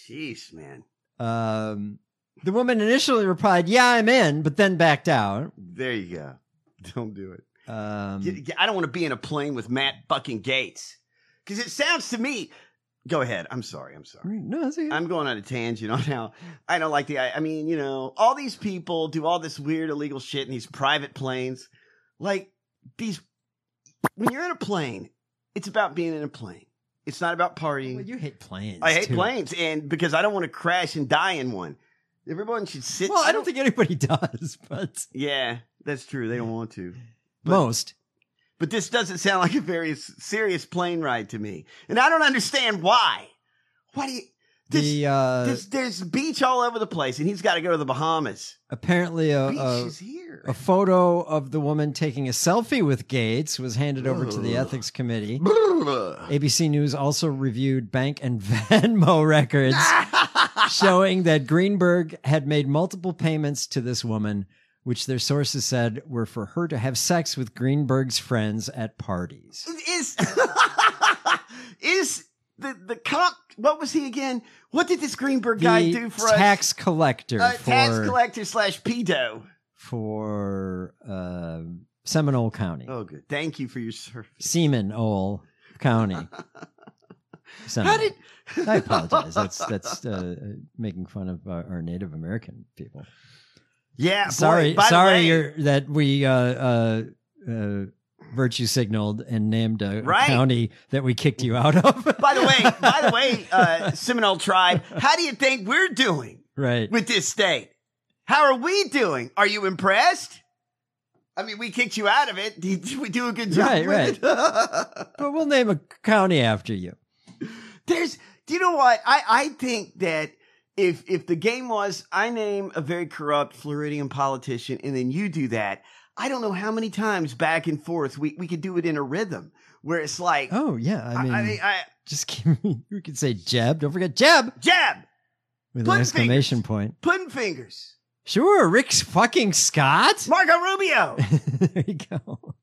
Jeez, man. Um, the woman initially replied, Yeah, I'm in, but then backed out. There you go. Don't do it. Um, Y- y- I don't want to be in a plane with Matt fucking Gates because it sounds to me. Go ahead. I'm sorry. I'm sorry. no, that's okay. I'm going on a tangent on how I don't like the. I, I mean, you know, all these people do all this weird illegal shit in these private planes. Like these, when you're in a plane, it's about being in a plane. It's not about partying. Well, you hate planes. I hate too. planes, and because I don't want to crash and die in one. Everyone should sit. Well, I don't think anybody does, but Yeah, that's true. They don't want to. But- most. But this doesn't sound like a very s- serious plane ride to me, and I don't understand why. Why do you? This, the uh, there's, there's beach all over the place, and he's got to go to the Bahamas. apparently a, Beach a is here. a photo of the woman taking a selfie with Gates was handed over to the Ugh. ethics committee. Brrr. ABC News also reviewed bank and Venmo records showing that Greenberg had made multiple payments to this woman which their sources said were for her to have sex with Greenberg's friends at parties. Is is the the comp? What was he again? What did this Greenberg guy The do for tax us? collector Uh, for tax collector slash pedo. for uh, Seminole County, Oh, good. Thank you for your service. Seaman Ole County. Seminole. How did? I apologize. That's that's uh, making fun of our, our Native American people. Yeah. Uh, boy, sorry, by the sorry way- you're, that we uh, uh, uh, virtue signaled and named a Right. county that we kicked you out of. By the way, by the way, uh, Seminole tribe, how do you think we're doing right? with this state? How are we doing? Are you impressed? I mean, we kicked you out of it. Did we do a good job? Right, with It? But we'll name a county after you. There's, do you know what? I, I think that if if the game was I name a very corrupt Floridian politician and then you do that, I don't know how many times back and forth we, we could do it in a rhythm where it's like, Oh yeah, I mean, I, I mean, I, just give me. You could say Jeb. Don't forget Jeb jab, with an Pudding exclamation fingers. point. pudding fingers, Sure, Rick fucking Scott. Marco Rubio. there you go,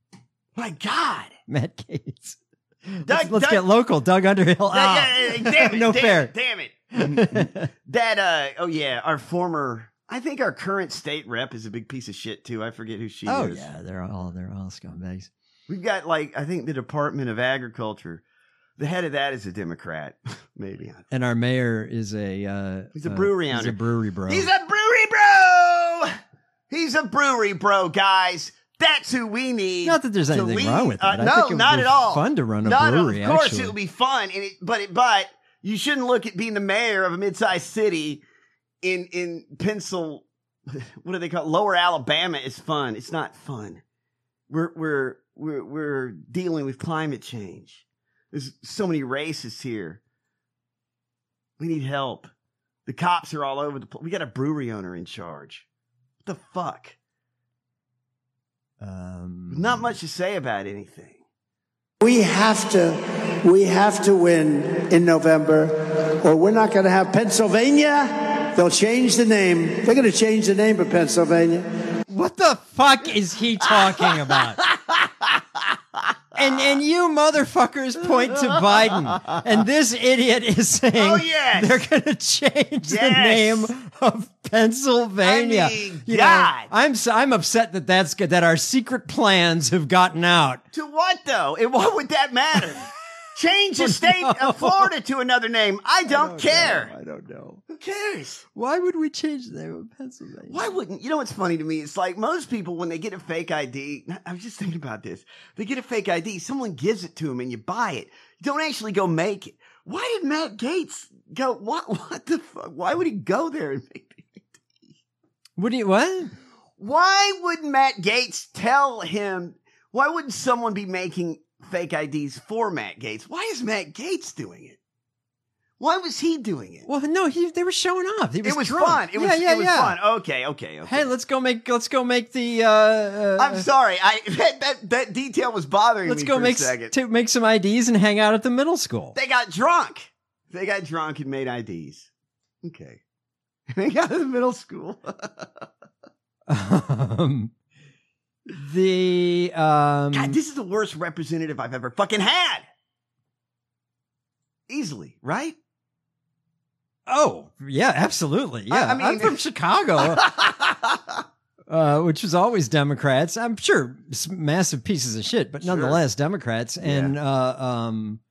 My God. Matt Gates. Doug- let's let's Doug- get local. Doug Underhill. Ah. Yeah, yeah, yeah, damn it. no damn fair. Mm-hmm. It, damn it. That, uh, oh yeah, our former, I think our current state rep is a big piece of shit too. I forget who she oh is. yeah, they're all they're all scumbags. We've got like, I think the Department of Agriculture. The head of that is a Democrat. Maybe. And our mayor is a uh, He's a uh, brewery He's owner. a brewery bro. He's a brewery bro. He's a brewery bro, guys. That's who we need. Not that there's to anything lead- wrong with uh, that. I no, think it would not be at all. Fun to run a Not- brewery. Of course, actually. it'll be fun, and it, but it, but you shouldn't look at being the mayor of a mid-sized city in in pencil. What do they call it? Lower Alabama is fun. It's not fun. We're we're we're we're dealing with climate change. There's so many racists here. We need help. The cops are all over the place. We got a brewery owner in charge. What the fuck? um, Not much to say about anything. We have to, we have to win in November, or we're not going to have Pennsylvania. They'll change the name. They're going to change the name of Pennsylvania. What the fuck is he talking about? and and you motherfuckers point to Biden, and this idiot is saying, Oh, yes. they're gonna change Yes. the name of Pennsylvania." I mean, You know, God. I'm so, I'm upset that that's good, that our secret plans have gotten out. To what though? And what would that matter? Change the state of Florida to another name. I don't, care. I don't know. Who cares? Why would we change the name of Pennsylvania? Why wouldn't you know what's funny to me? It's like most people when they get a fake ID, I was just thinking about this. They get a fake ID, someone gives it to them and you buy it. You don't actually go make it. Why did Matt Gates go what what the fuck? Why would he go there and make the What do you what? Why would Matt Gates tell him? Why wouldn't someone be making fake IDs for Matt Gates? Why is Matt Gates doing it? Why was he doing it? Well, no, he they were showing off. He was it was drunk. fun. It was, yeah, yeah, it was yeah. fun. Okay, okay, okay. Hey, uh, let's go make let's go make the. Uh, uh, I'm sorry. I that, that that detail was bothering Let's me go for make a second. to make some IDs and hang out at the middle school. they got drunk. They got drunk and made IDs. Okay. They got to the middle school. Mm. um, the um, God, this is the worst representative I've ever fucking had. Easily, right? oh yeah, absolutely. Yeah, I I, mean- am from Chicago, uh, which was always Democrats. I'm sure s- massive pieces of shit, but Sure. nonetheless Democrats. And uh, um,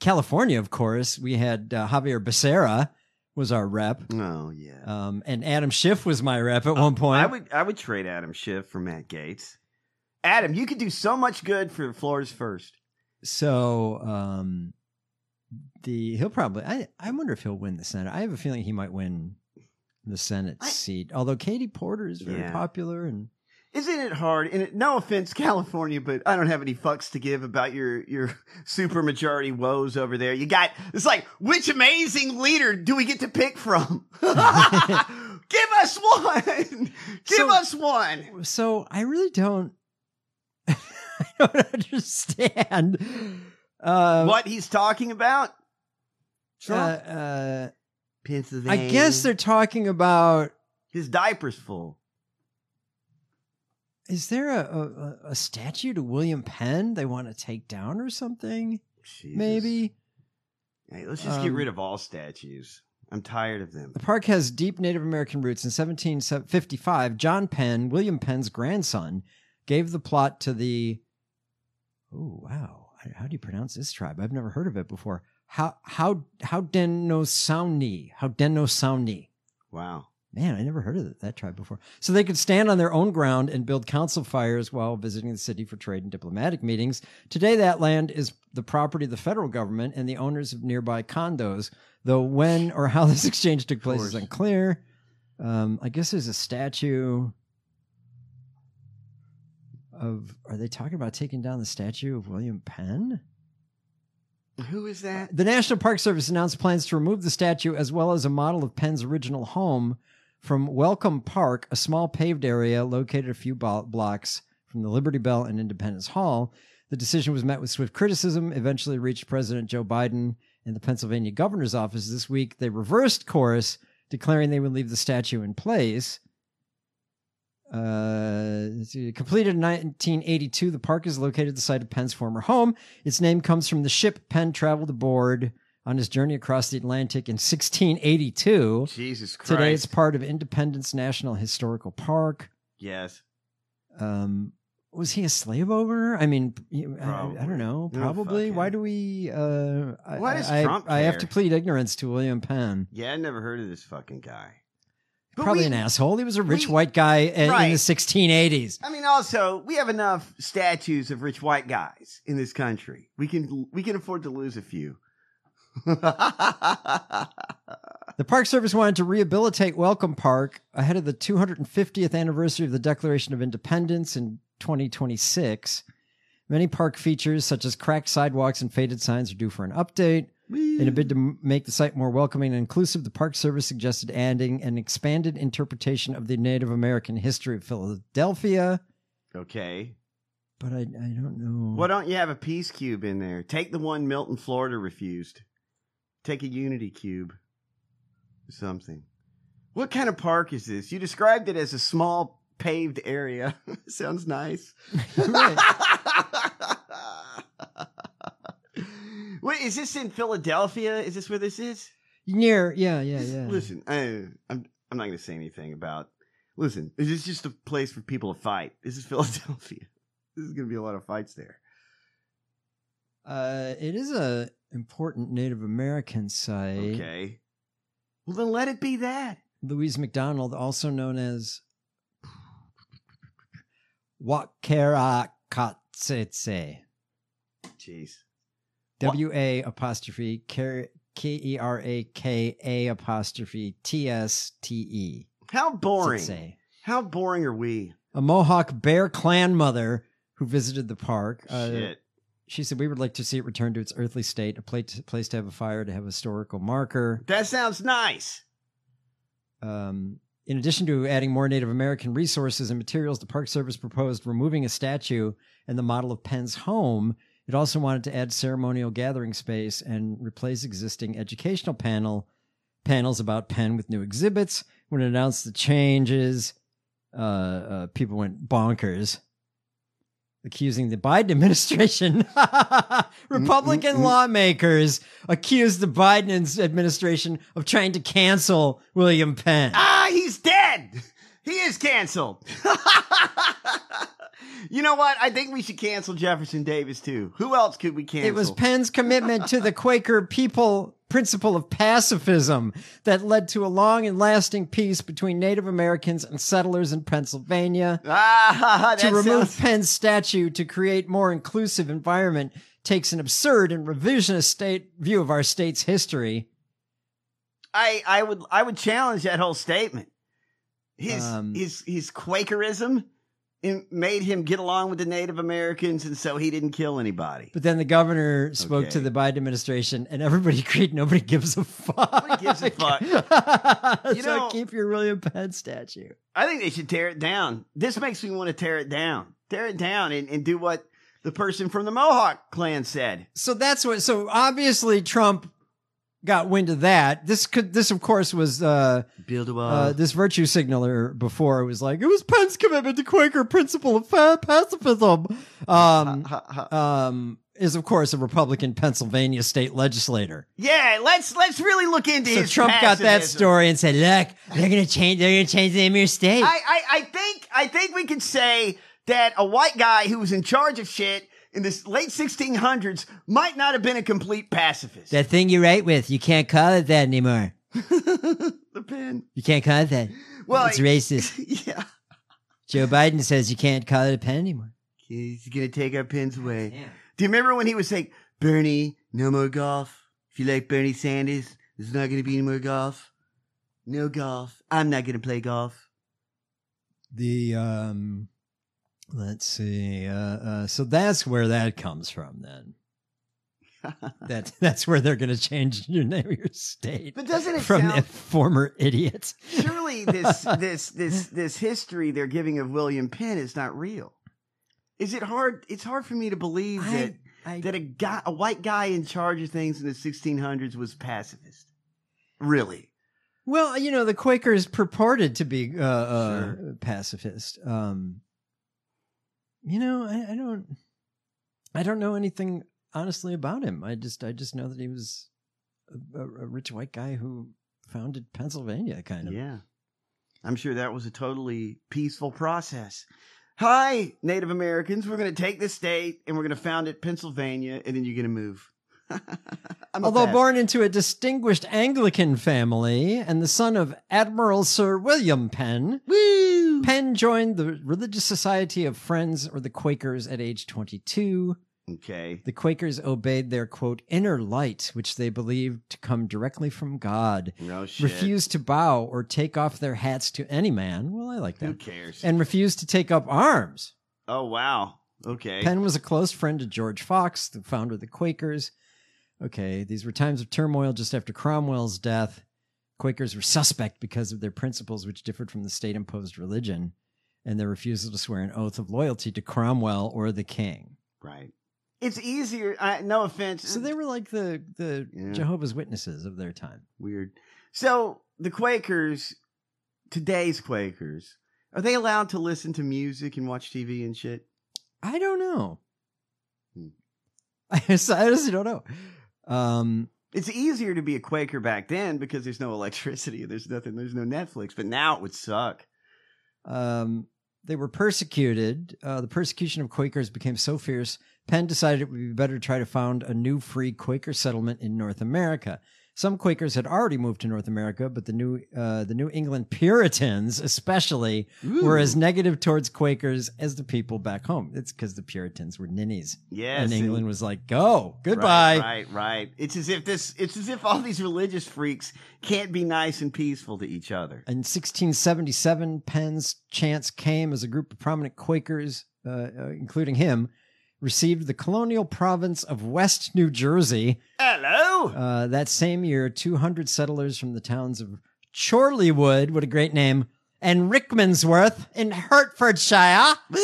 California, of course, we had uh, Javier Becerra was our rep, Oh yeah. um, and Adam Schiff was my rep at one point. Oh, I would I would trade Adam Schiff for Matt Gates. Adam, you could do so much good for Flores first. So um the he'll probably I I wonder if he'll win the Senate. I have a feeling he might win the Senate I- seat. Although Katie Porter is very Yeah. popular and Isn't it hard? And it, no offense, California, but I don't have any fucks to give about your your supermajority woes over there. You got it's like which amazing leader do we get to pick from? give us one. Give So- us one. so I really don't I don't understand. Uh, what he's talking about? uh, uh, I Pennsylvania. guess they're talking about his diaper's full. is there a, a a statue to William Penn they want to take down or something? Maybe Hey, let's just get Um, rid of all statues. I'm tired of them. the park has deep Native American roots. In 1755, John Penn, William Penn's grandson, gave the plot to the. Oh wow! I- How do you pronounce this tribe? I've never heard of it before. How how how Denosauni? How Denosauni? Wow. Man, I never heard of that, that tribe before. So they could stand on their own ground and build council fires while visiting the city for trade and diplomatic meetings. Today, that land is the property of the federal government and the owners of nearby condos, though when or how this exchange took place is unclear. Um, I guess there's a statue of. Are they talking about taking down the statue of William Penn? Who is that? The National Park Service announced plans to remove the statue as well as a model of Penn's original home from Welcome Park, a small paved area located a few bo- blocks from the Liberty Bell and Independence Hall. The decision was met with swift criticism, eventually reached President Joe Biden and the Pennsylvania governor's office this week. They reversed course, declaring they would leave the statue in place. Uh, let's see, completed in 1982, the park is located at the site of Penn's former home. Its name comes from the ship Penn traveled aboard on his journey across the Atlantic in 1682. Jesus Christ. Today, it's part of Independence National Historical Park. yes. Um, was he a slave owner? I mean, you- I- I, I Probably. don't know. No, Probably. fuck Why him. do we? Uh, I- Why does I, Trump I have care? to plead ignorance to William Penn. Yeah, I never heard of this fucking guy. But Probably we- an asshole. He was a rich we- white guy in, in Right. the 1680s. I mean, also we have enough statues of rich white guys in this country. We can we can afford to lose a few. The Park Service wanted to rehabilitate Welcome Park ahead of the 250th anniversary of the Declaration of Independence in 2026. Many park features, such as cracked sidewalks and faded signs, are due for an update. In a bid to m- make the site more welcoming and inclusive, the Park Service suggested adding an expanded interpretation of the Native American history of Philadelphia. okay. But I, I don't know. Why don't you have a peace cube in there? Take the one Milton, Florida refused. Take a unity cube. Something. What kind of park is this? You described it as a small paved area. Sounds nice. Wait, is this in Philadelphia? Is this where this is? Near, yeah, yeah, yeah. Listen, I, I'm I'm not going to say anything about. Listen, this is just a place for people to fight. This is Philadelphia. This is going to be a lot of fights there. Uh, it is a important Native American site. Okay. Well, then let it be that. Louise McDonald, also known as Wakarakatse. Jeez. W A apostrophe K E R A K A apostrophe T S T E. How boring. Sensei. How boring are we? A Mohawk Bear clan mother who visited the park. Uh, Shit. She said, We would like to see it return to its earthly state, a place, place to have a fire, to have a historical marker. That sounds nice. Um, in addition to adding more Native American resources and materials, the Park Service proposed removing a statue and the model of Penn's home. It also wanted to add ceremonial gathering space and replace existing educational panel panels about Penn with new exhibits. When it announced the changes, uh, uh, people went bonkers, accusing the Biden administration. Republican lawmakers accused the Biden administration of trying to cancel William Penn. Ah, he's dead. He is canceled. you know what? I think we should cancel Jefferson Davis too. Who else could we cancel? It was Penn's commitment to the Quaker people principle of pacifism that led to a long and lasting peace between Native Americans and settlers in Pennsylvania. ah, that to remove sounds- Penn's statue to create more inclusive environment takes an absurd and revisionist state view of our state's history. I, I would I would challenge that whole statement. His Um, his his Quakerism in- made him get along with the Native Americans, and so he didn't kill anybody. But then the governor spoke to Okay. the Biden administration, and everybody agreed nobody gives a fuck. Nobody gives a fuck. so You know- keep your William Penn statue. I think they should tear it down. This makes me want to tear it down. Tear it down and, and do what the person from the Mohawk clan said. So that's what. So obviously Trump got wind of that, this could this of course was uh, Build a wall. uh, this virtue signaler before was like it was Penn's commitment to Quaker principle of fa- pacifism. Um, um, is of course a Republican Pennsylvania state legislator. yeah, let's let's really look into So his Trump got that pacifism. story and said, "Look, they're gonna change. They're gonna change the name of your state." I, I, I think I think we could say that a white guy who was in charge of shit in the late 1600s might not have been a complete pacifist. that thing you write with, you can't call it that anymore. the pen. You can't call it that. Well, it's racist. Yeah. Joe Biden says you can't call it a pen anymore. He's gonna take our pins away. Do you remember when he was like, Bernie, no more golf. If you like Bernie Sanders, there's not gonna be any more golf. No golf. I'm not gonna play golf. the um let's see uh, uh so that's where that comes from then that that's where they're going to change your name of your state But doesn't it from sound- the former idiots Surely this this this this history they're giving of William Penn is not real. Is it hard it's hard for me to believe that I, that a guy, a white guy in charge of things in the 1600s was pacifist. Really? well you know the quakers purported to be uh, uh pacifist um you know I, I don't i don't know anything honestly about him i just i just know that he was a, a, a rich white guy who founded pennsylvania kind of Yeah. I'm sure that was a totally peaceful process. Hi, Native Americans. We're going to take this state and we're going to found it Pennsylvania, and then you're going to move. I'm a Although pac- born into a distinguished Anglican family and the son of Admiral Sir William Penn, Penn joined the Religious Society of Friends or the Quakers at age 22. okay, The Quakers obeyed their quote inner light, which they believed to come directly from God. no shit. Refused to bow or take off their hats to any man. Well, I like Who that. cares? And refused to take up arms. oh wow. Okay. Penn was a close friend to George Fox, the founder of the Quakers. Okay, these were times of turmoil just after Cromwell's death. Quakers were suspect because of their principles, which differed from the state imposed religion, and their refusal to swear an oath of loyalty to Cromwell or the king. right. It's easier. I, no offense. So they were like the, the Mm. Yeah. Jehovah's Witnesses of their time. Weird. So the Quakers, today's Quakers, are they allowed to listen to music and watch TV and shit? I don't know. Hmm. I just- I honestly don't know. Um, It's easier to be a Quaker back then because there's no electricity, there's nothing, there's no Netflix. But now it would suck. um, they were persecuted. Uh, the persecution of Quakers became so fierce, Penn decided it would be better to try to found a new free Quaker settlement in North America. Some Quakers had already moved to North America, but the new uh, the New England Puritans, especially, were as negative towards Quakers as the people back home. It's because the Puritans were ninnies, Yes, and and- England was like, "Go, Right, goodbye." Right, right. It's as if this. It's as if all these religious freaks can't be nice and peaceful to each other. In 1677, Penn's chance came as a group of prominent Quakers, uh, uh, including him, received the colonial province of West New Jersey. Hello. Uh, that same year, 200 settlers from the towns of Chorleywood, what a great name, and Rickmansworth in Hertfordshire. Uh,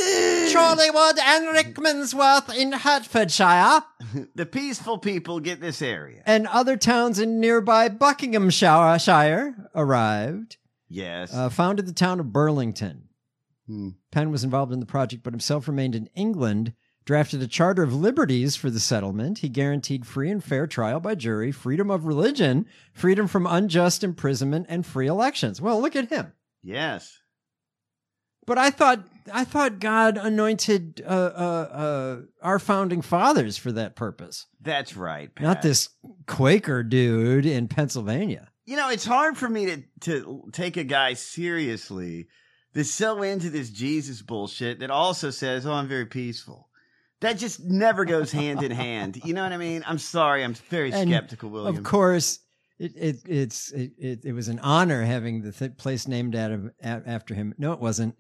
Chorleywood and Rickmansworth in Hertfordshire the peaceful people get this area. and other towns in nearby Buckinghamshire Shire arrived. Yes. uh, founded the town of Burlington. Hmm. Penn was involved in the project, but himself remained in England, drafted a charter of liberties for the settlement. He guaranteed free and fair trial by jury, freedom of religion, freedom from unjust imprisonment, and free elections. Well, look at him. yes. But I thought I thought God anointed uh, uh, uh, our founding fathers for that purpose, That's right. not Pat. this Quaker dude in Pennsylvania. you know, it's hard for me to to take a guy seriously that's so into this Jesus bullshit that also says, "Oh, I'm very peaceful." That just never goes hand in hand. You know what I mean? I'm sorry, I'm very And, skeptical, William. Of course, it, it it's it, it, it was an honor having the th- place named out of, a- after him. No, it wasn't.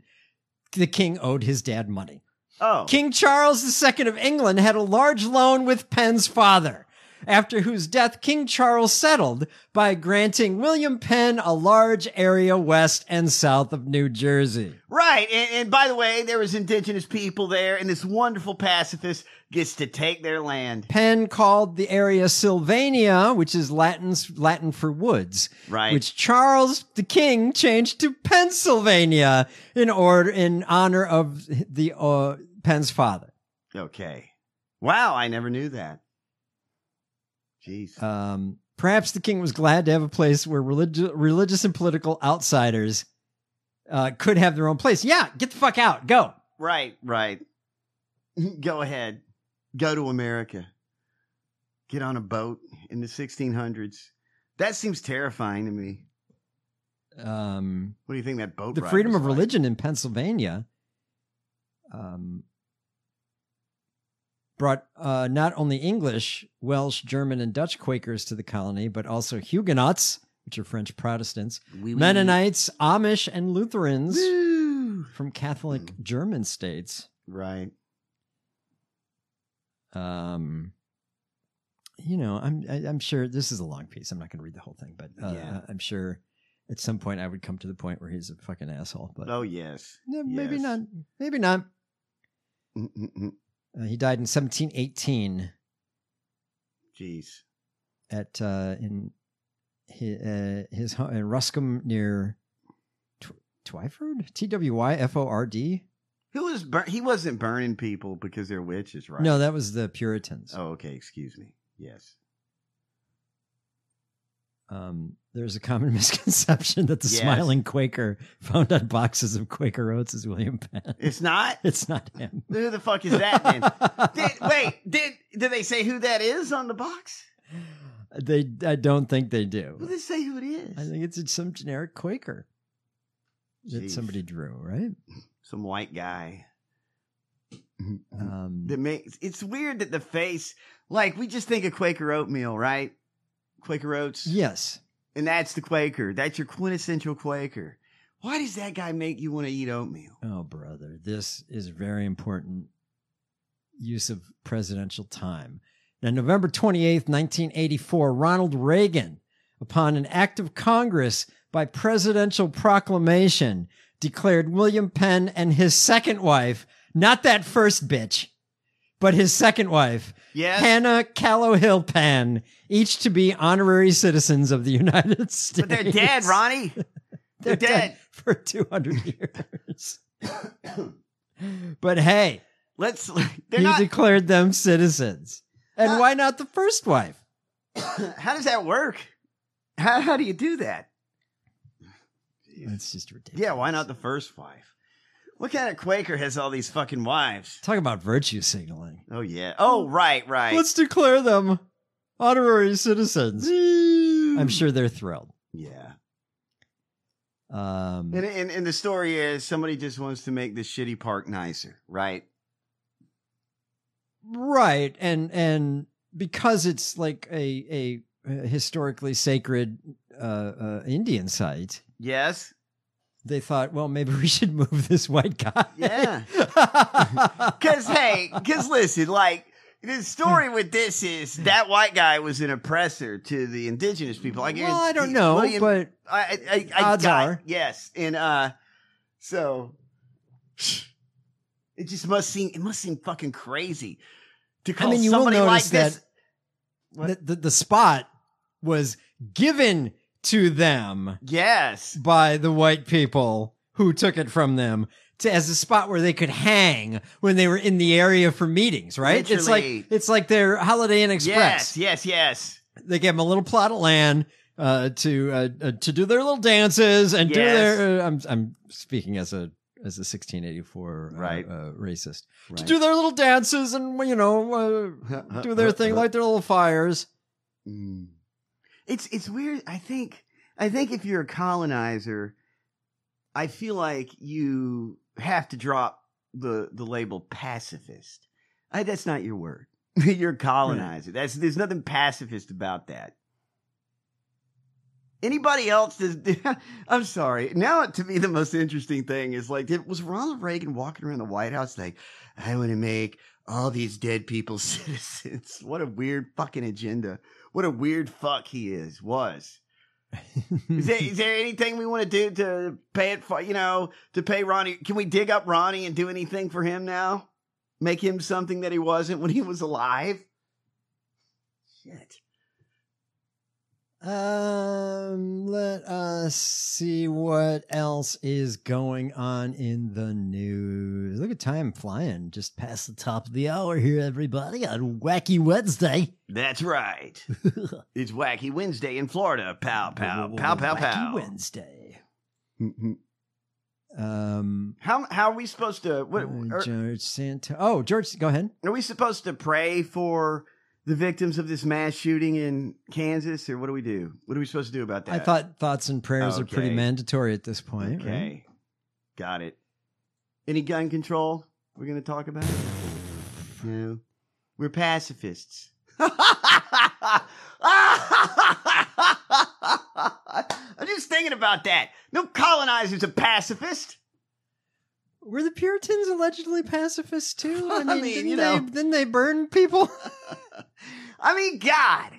The king owed his dad money. Oh, King Charles II of England had a large loan with Penn's father. after whose death King Charles settled by granting William Penn a large area west and south of New Jersey. Right, and, and by the way, there was indigenous people there, and this wonderful pacifist gets to take their land. Penn called the area Sylvania, which is Latin Latin for woods. Right. Which Charles the King changed to Pennsylvania in order in honor of the uh, Penn's father. Okay. Wow, I never knew that. Jeez. Um, perhaps the king was glad to have a place where religi- religious and political outsiders uh, could have their own place. Yeah, get the fuck out. Go. Right, right. Go ahead. Go to America. Get on a boat in the 1600s. That seems terrifying to me. Um, What do you think that boat? the ride freedom of was like? religion in Pennsylvania um, brought uh, not only English, Welsh, German, and Dutch Quakers to the colony, but also Huguenots, which are French Protestants, Wee wee. Mennonites, Amish, and Lutherans Woo. Mm. from Catholic German states. Right. Um, you know, I'm I, I'm sure this is a long piece. I'm not going to read the whole thing, but uh, Yeah. I'm sure at some point I would come to the point where he's a fucking asshole. But Oh yes. No, maybe Yes. not. Maybe not. Mm, mm, mm. Uh, he died in 1718 Jeez. at uh, in his, uh, his home in Ruscombe near Tw- Twyford, T W Y F O R D. Who was bur- he wasn't burning people because they're witches, right? No, that was the Puritans. Oh, okay. Excuse me. Yes. Um, there's a common misconception that the Yes. smiling Quaker found on boxes of Quaker oats is William Penn. It's not. It's not him. Who the fuck is that then? did, wait, did did they say who that is on the box? They, I don't think they Who do. did say who it is? I think it's some generic Quaker that Jeez. somebody drew, right? Some white guy. Mm. Uh, Um, That makes it's weird that the face like we just think of Quaker oatmeal, right? Quaker oats. yes. And that's the Quaker. That's your quintessential Quaker. Why does that guy make you want to eat oatmeal? Oh, brother, this is very important use of presidential time. Now, November 28th, 1984, Ronald Reagan, upon an act of Congress by presidential proclamation, declared William Penn and his second wife, not that first bitch, but his second wife, Yes. Hannah Callowhill Penn, each to be honorary citizens of the United States. But they're dead, Ronnie. They're dead dead. for 200 years. but hey, Let's they're he not declared them citizens. And Not- why not the first wife? how does that work? How how do you do that? That's just ridiculous. Yeah, why not the first wife? What kind of Quaker has all these fucking wives? Talk about virtue signaling. Oh yeah. Oh right, right. Let's declare them honorary citizens. I'm sure they're thrilled. Yeah. Um, And, and and the story is somebody just wants to make this shitty park nicer, right? right, and and because it's like a a uh, historically sacred uh, uh, Indian site, Yes. they thought, well, maybe we should move this white guy. Yeah. Cause hey, cause listen, like the story with this is that white guy was an oppressor to the indigenous people. I well, I don't guarantee- know, William- but I, I, I Odds got- are. yes, and uh, so it just must seem it must seem fucking crazy to call mean, you will somebody like notice this. What? the, the, the spot was given to them yes, by the white people who took it from them to as a spot where they could hang when they were in the area for meetings, right? It's Literally. like it's like their Holiday Inn Express. yes, yes, yes. They gave them a little plot of land uh, to uh, uh, to do their little dances and do Yes. their. Uh, I'm I'm speaking as a as a 1684 uh, Right. uh, racist to Right. do their little dances and you know uh, do their thing, light their little fires. Mm. It's it's weird. I think I think if you're a colonizer, I feel like you have to drop the the label pacifist. I, that's not your word. you're a colonizer. That's there's nothing pacifist about that. Anybody else does? I'm sorry. Now, to me, the most interesting thing is like, did, was Ronald Reagan walking around the White House like, I want to make all these dead people citizens. What a weird fucking agenda. What a weird fuck he is, was. Hmm. is, there, is there anything we want to do to pay it for, you know, to pay Ronnie? Can we dig up Ronnie and do anything for him now? Make him something that he wasn't when he was alive? Shit. Um, let us see what else is going on in the news. Look at time flying just past the top of the hour here, everybody, on Wacky Wednesday. That's right. it's Wacky Wednesday in Florida. Pow, pow, pow, pow, Wacky pow. Wednesday. Um, How, how are we supposed to, what, er uh, are, George Santa. Oh, George, go ahead. are we supposed to pray for the victims of this mass shooting in Kansas or what do we do? What are we supposed to do about that? I thought thoughts and prayers are pretty Okay. mandatory at this point. Okay. Right? Got it. Any gun control we're going to talk about? No. We're pacifists. I'm just thinking about that. No colonizer's a pacifist. Were the Puritans allegedly pacifists too? I mean, mean, didn't, you know. they, didn't they burn people? I mean, God,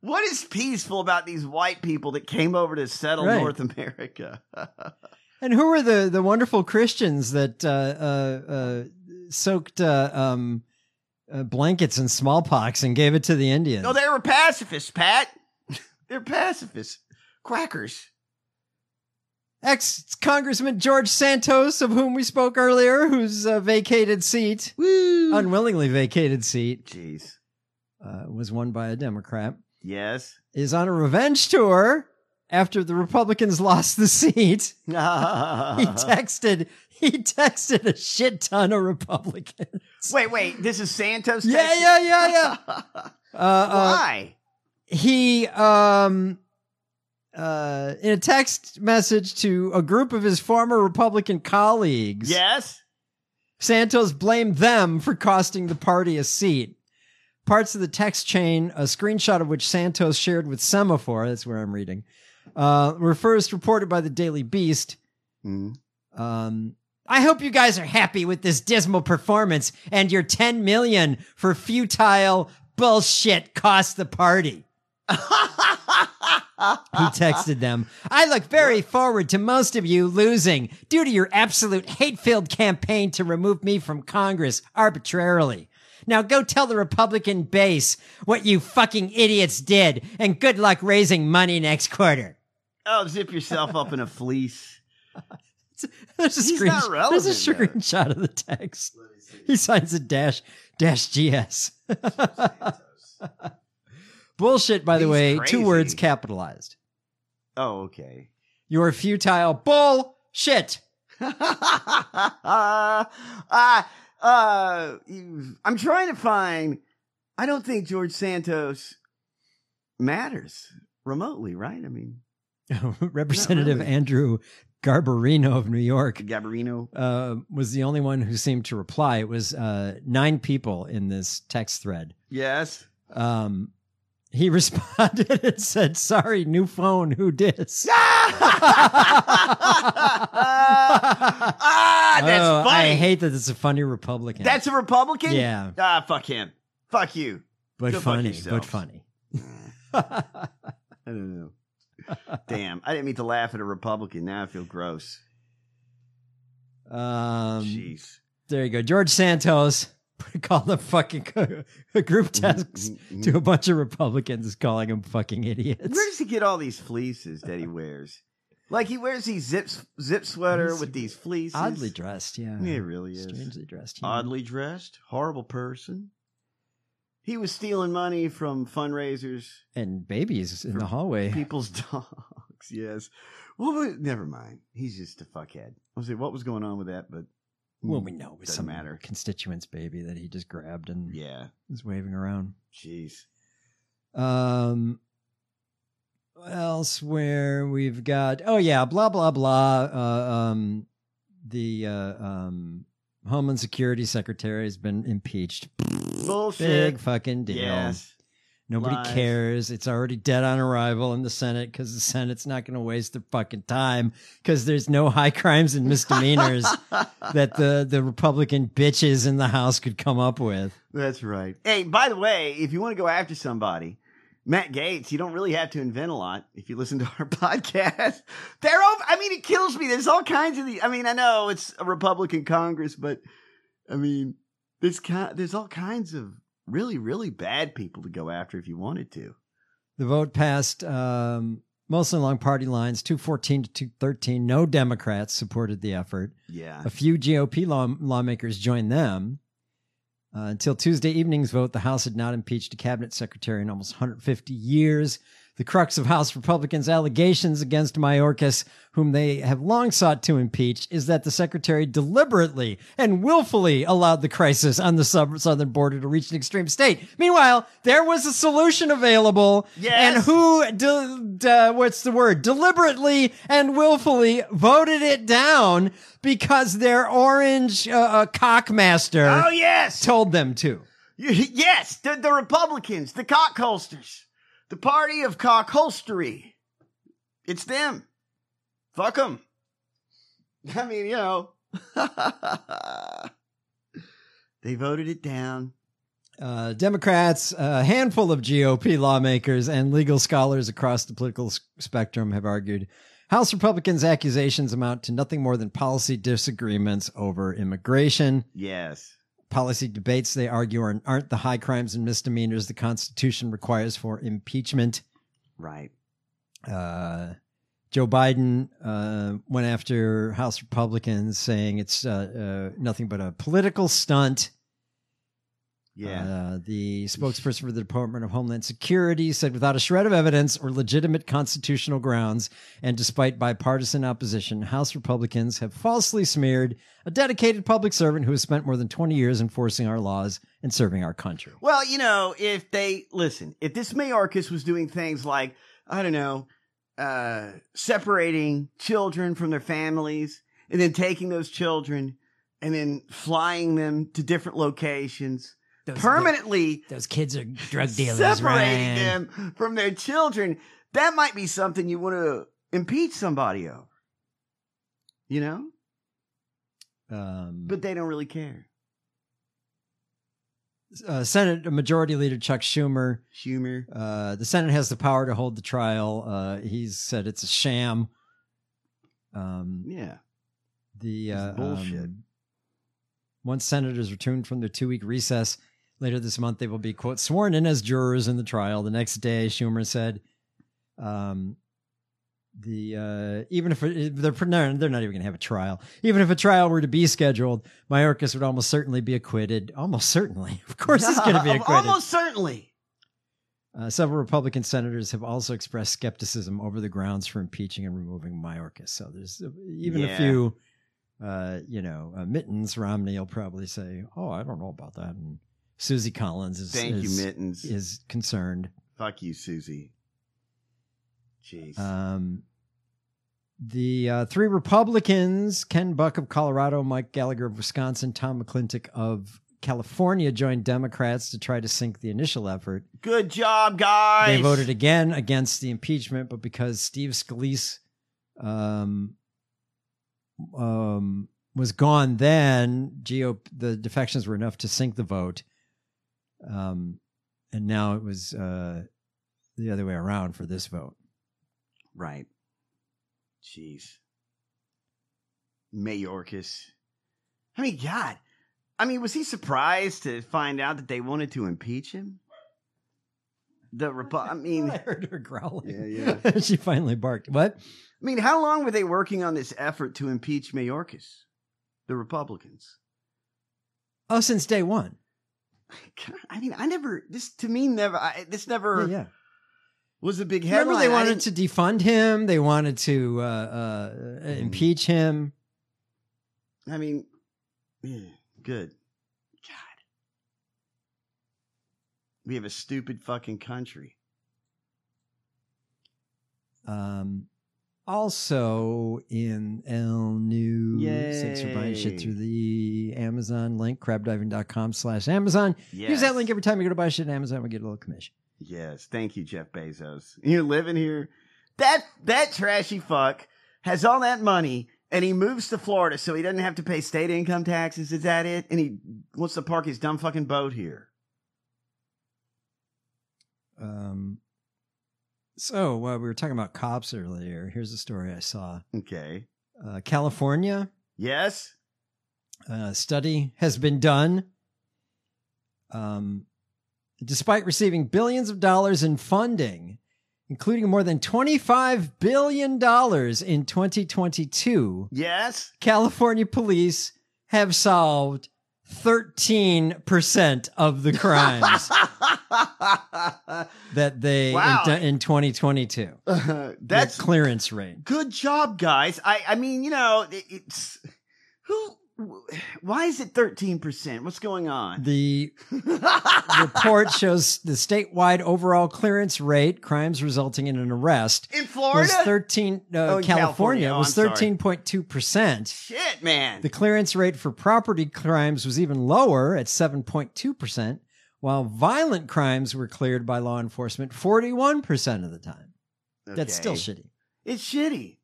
what is peaceful about these white people that came over to settle Right. North America? and who were the, the wonderful Christians that uh, uh, uh, soaked uh, um, uh, blankets in smallpox and gave it to the Indians? no, they were pacifists, Pat. They're pacifists. Quackers. Ex Congressman George Santos, of whom we spoke earlier, whose uh, vacated seat, Woo. unwillingly vacated seat, Jeez. uh, was won by a Democrat, Yes. is on a revenge tour after the Republicans lost the seat. He Uh-huh. texted. He texted a shit ton of Republicans. Wait, wait. This is Santos. Yeah, yeah, yeah, yeah. Uh, uh, Why? he um uh in a text message to a group of his former Republican colleagues, yes. Santos blamed them for costing the party a seat. Parts of the text chain, a screenshot of which Santos shared with Semaphore, that's where I'm reading, uh, were first reported by the Daily Beast. Um, I hope you guys are happy with this dismal performance and your 10 million for futile bullshit cost the party. He texted them. I look very forward to most of you losing due to your absolute hate filled campaign to remove me from Congress arbitrarily. Now go tell the Republican base what you fucking idiots did and good luck raising money next quarter. Oh, zip yourself up in a fleece. There's a, He's screen- not relevant, there's a though. screenshot of the text. He signs it dash dash GS. Bullshit, by the He's way, crazy. two words capitalized. Oh, okay. Your futile bullshit. uh, uh, you- I'm trying to find. I don't think George Santos matters remotely, right? I mean, Representative really. Andrew Garbarino of New York Gabarino. uh, was the only one who seemed to reply. It was uh, nine people in this text thread. Yes. Um, he responded and said, "Sorry, new phone. Who dis?" ah, that's Oh, funny. I hate that it's a funny Republican. that's a Republican. Yeah. Ah, fuck him. Fuck you. but go fuck funny, but yourselves. funny. I don't know. Damn, I didn't mean to laugh at a Republican. Now I feel gross. Um, Jeez. There you go. George Santos called a fucking co- a Mm-hmm, group text to a bunch of Republicans calling them fucking idiots. Where does he get all these fleeces that he wears? Like he wears these zip zip sweater with these fleeces. Oddly dressed, yeah. Yeah, he really is. Strangely dressed. yeah. Oddly dressed. Horrible person. He was stealing money from fundraisers, And babies in the hallway. people's dogs. Yes. What was, never mind. He's just a fuckhead. I was like, what was going on with that? But Hmm. Well, we know it was mm, Doesn't some matter. constituent's baby that he just grabbed and yeah, was waving around. jeez. Um, elsewhere we've got oh yeah, blah blah blah. Uh, um, the uh, um, Homeland Security Secretary has been impeached. Bullshit. Big fucking deal. Yes. Nobody Lies. cares. It's already dead on arrival in the Senate because the Senate's not going to waste their fucking time because there's no high crimes and misdemeanors that the, the Republican bitches in the House could come up with. That's right. Hey, by the way, if you want to go after somebody, Matt Gates, you don't really have to invent a lot if you listen to our podcast. They're all, I mean, it kills me. There's all kinds of the, I mean, I know it's a Republican Congress, but I mean, there's, ki- there's all kinds of really, really bad people to go after if you wanted to. The vote passed um, mostly along party lines 214 to 213. No Democrats supported the effort. Yeah. A few GOP law- lawmakers joined them. Uh, until Tuesday evening's vote, the House had not impeached a cabinet secretary in almost 150 years. The crux of House Republicans' allegations against Mayorkas, whom they have long sought to impeach, is that the secretary deliberately and willfully allowed the crisis on the sub- southern border to reach an extreme state. Meanwhile, there was a solution available, Yes. and who, de- de- what's the word, deliberately and willfully voted it down because their orange uh, uh, cockmaster Oh, yes. told them to. Yes. The, the Republicans, the cock holsters, the party of cock holstery. It's them. Fuck them. I mean, you know. they voted it down. Uh, Democrats, a handful of GOP lawmakers, and legal scholars across the political s- spectrum have argued House Republicans' accusations amount to nothing more than policy disagreements over immigration. Yes. Policy debates, they argue, are- aren't the high crimes and misdemeanors the Constitution requires for impeachment. Right. uh, Joe Biden uh, went after House Republicans, saying it's uh, uh, nothing but a political stunt. Yeah. Uh, the spokesperson for the Department of Homeland Security said, without a shred of evidence or legitimate constitutional grounds, and despite bipartisan opposition, House Republicans have falsely smeared a dedicated public servant who has spent more than 20 years enforcing our laws and serving our country. well, you know, if they listen, if this Mayorkas was doing things like, I don't know, uh, separating children from their families and then taking those children and then flying them to different locations permanently Those kids are drug separating them from their children. That might be something you want to impeach somebody of. You know? Um, But they don't really care. uh, Senate Majority Leader Chuck Schumer Schumer. Uh, the Senate has the power to hold the trial. Uh, he's said it's a sham. Um, Yeah. the uh, It's bullshit. um, once senators return from their two-week recess later this month, they will be quote sworn in as jurors in the trial. The next day, Schumer said, um, "The uh, even if it, they're no, they're not even going to have a trial. Even if a trial were to be scheduled, Mayorkas would almost certainly be acquitted. Almost certainly, of course, he's going to be acquitted. Almost certainly. Uh, several Republican senators have also expressed skepticism over the grounds for impeaching and removing Mayorkas. So there's uh, even a Yeah. few, uh, you know, uh, Mittens Romney will probably say, "Oh, I don't know about that." And Susie Collins is Thank is, you, Mittens. is concerned. Fuck you, Susie. Jeez. Um, the uh, three Republicans, Ken Buck of Colorado, Mike Gallagher of Wisconsin, Tom McClintock of California, joined Democrats to try to sink the initial effort. Good job, guys. They voted again against the impeachment, but because Steve Scalise um, um, was gone then, GOP, the defections were enough to sink the vote. Um, and now it was uh, the other way around for this vote. Right. Jeez. Mayorkas. I mean, God. I mean, was he surprised to find out that they wanted to impeach him? The Repu- I mean, I I heard her growling. Yeah, she finally barked. What? mean, how long were they working on this effort to impeach Mayorkas? The Republicans. Oh, since day one. God, I mean, I never. This to me never. I, this never Yeah, yeah. was a big headline. Remember, they I wanted didn't- to defund him. They wanted to uh, uh, impeach him. I mean, yeah, good. God. We have a stupid fucking country. Um, also in El News, thanks for buying Yay. shit through the Amazon link, crabdiving.com slash Amazon. Use that Yes. link every time you go to buy shit on Amazon. We get a little commission. Yes, thank you, Jeff Bezos. You're living here. That that trashy fuck has all that money, and he moves to Florida so he doesn't have to pay state income taxes. Is that it? And he wants to park his dumb fucking boat here. Um, so uh, we were talking about cops earlier. Here's a story I saw. Okay. Uh, California Yes. uh, study has been done. Um, despite receiving billions of dollars in funding, including more than $25 billion in 2022, Yes. California police have solved 13% of the crimes that they Wow. in, in 2022. Uh, That's the clearance rate. good job, guys. I I mean, you know, it- it's who. Why is it thirteen percent? What's going on? The report shows the statewide overall clearance rate, crimes resulting in an arrest, In Florida? was 13, uh, Oh, in California. California, Oh, was I'm sorry. 13.2%. Shit, man. The clearance rate for property crimes was even lower at 7.2%, while violent crimes were cleared by law enforcement 41% of the time. That's still Okay. shitty. It's shitty.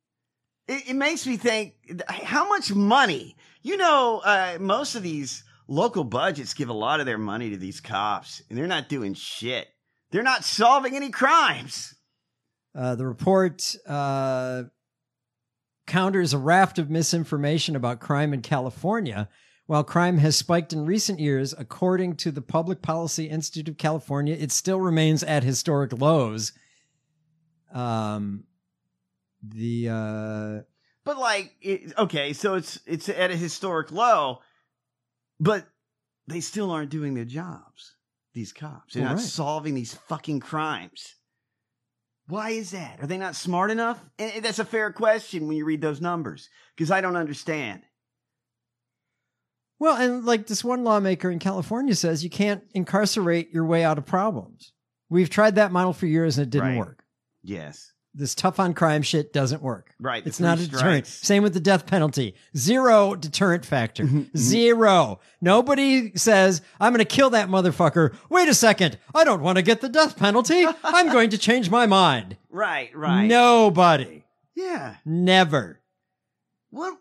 It, it makes me think how much money. You know, uh, most of these local budgets give a lot of their money to these cops, and they're not doing shit. They're not solving any crimes. Uh, the report uh, counters a raft of misinformation about crime in California. While crime has spiked in recent years, according to the Public Policy Institute of California, it still remains at historic lows. Um, the uh, But like, it, okay, so it's it's at a historic low, but they still aren't doing their jobs. These cops, they're Well, not right. solving these fucking crimes. Why is that? Are they not smart enough? And and that's a fair question when you read those numbers because I don't understand. well, and like this one lawmaker in California says, you can't incarcerate your way out of problems. We've tried that model for years and it didn't Right. work. Yes, this tough on crime shit doesn't work. Right, the It's not three a deterrent. strikes. Same with the death penalty. Zero deterrent factor. Mm-hmm, Zero. Nobody says, I'm going to kill that motherfucker. Wait a second. I don't want to get the death penalty. I'm going to change my mind. right, right. Nobody. yeah. Never. What?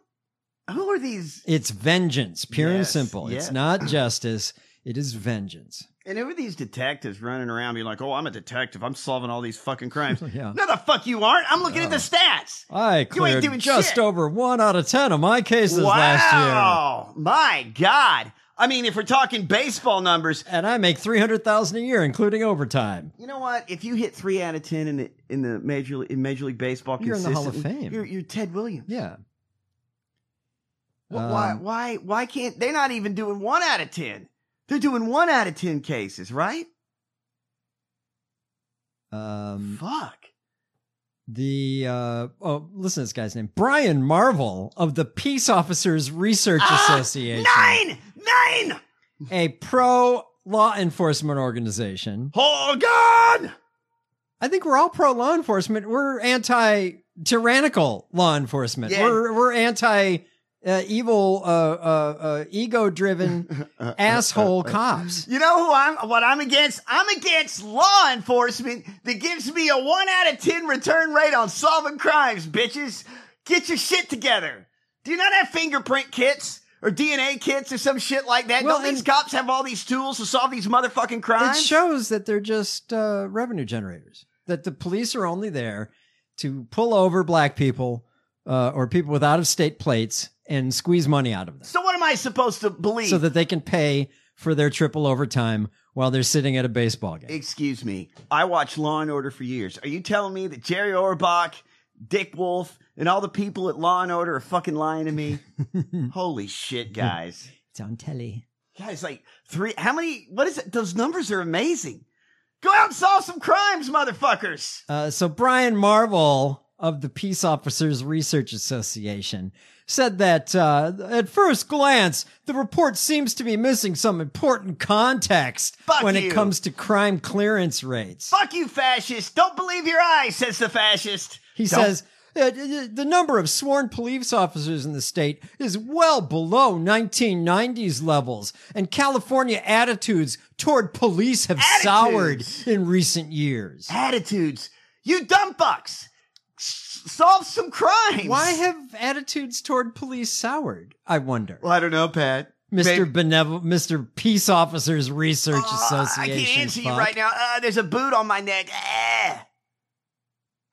Who are these? It's vengeance, pure and Yes, simple. yeah. It's not justice. It is vengeance. And who are these detectives running around being like, "Oh, I'm a detective. I'm solving all these fucking crimes." Yeah. No, the fuck you aren't. I'm looking at the stats. I You ain't cleared doing just shit. over one out of 10 of my cases last year. Wow. My God. I mean, if we're talking baseball numbers, And I make 300000 a year, including overtime. you know what? If you hit three out of ten in the in the major in Major League Baseball, You're in the Hall of consistently, Fame. You're, you're Ted Williams. Yeah. Wh- why? Um, Why? Why can't they're not even doing one out of ten? They're doing one out of ten cases, right? Um, Fuck. the uh, oh, listen to this guy's name, Brian Marvel of the Peace Officers Research Ah, Association, Nine. Nine. a pro law enforcement organization. Oh God. I think we're all pro law enforcement. We're anti tyrannical law enforcement. Yeah. We're we're anti uh, evil, uh, uh, uh, ego driven asshole cops. You know who I'm? What I'm against? I'm against law enforcement that gives me a one out of ten return rate on solving crimes. Bitches, get your shit together. Do you not have fingerprint kits or DNA kits or some shit like that? Well, Don't these and- cops have all these tools to solve these motherfucking It crimes? shows that they're just uh, revenue generators. That the police are only there to pull over black people uh, or people with out of state plates and squeeze money out of them, so what am I supposed to believe? so that they can pay for their triple overtime while they're sitting at a baseball game. Excuse me. I watched Law and Order for years. Are you telling me that Jerry Orbach, Dick Wolf, and all the people at Law and Order are fucking lying to me? Holy shit, guys. It's on telly. Guys, like three. How many? What is it? Those numbers are amazing. Go out and solve some crimes, motherfuckers. Uh, so Brian Marvel of the Peace Officers Research Association said that uh, at first glance, the report seems to be missing some important context Fuck when you. it comes to crime clearance rates. Fuck you, fascist. Don't believe your eyes, says the fascist. He Don't- says Uh, The the number of sworn police officers in the state is well below 1990s levels, and California attitudes toward police have soured in recent years. Attitudes. You dumb bucks. S- Solve some crimes. Why have attitudes toward police soured? I wonder. Well, I don't know, Pat. Mr. Maybe- Uh, Benevol, Mr. Peace Officers Research Oh, I Association. can't answer you fuck. right now. Uh, there's a boot on my neck.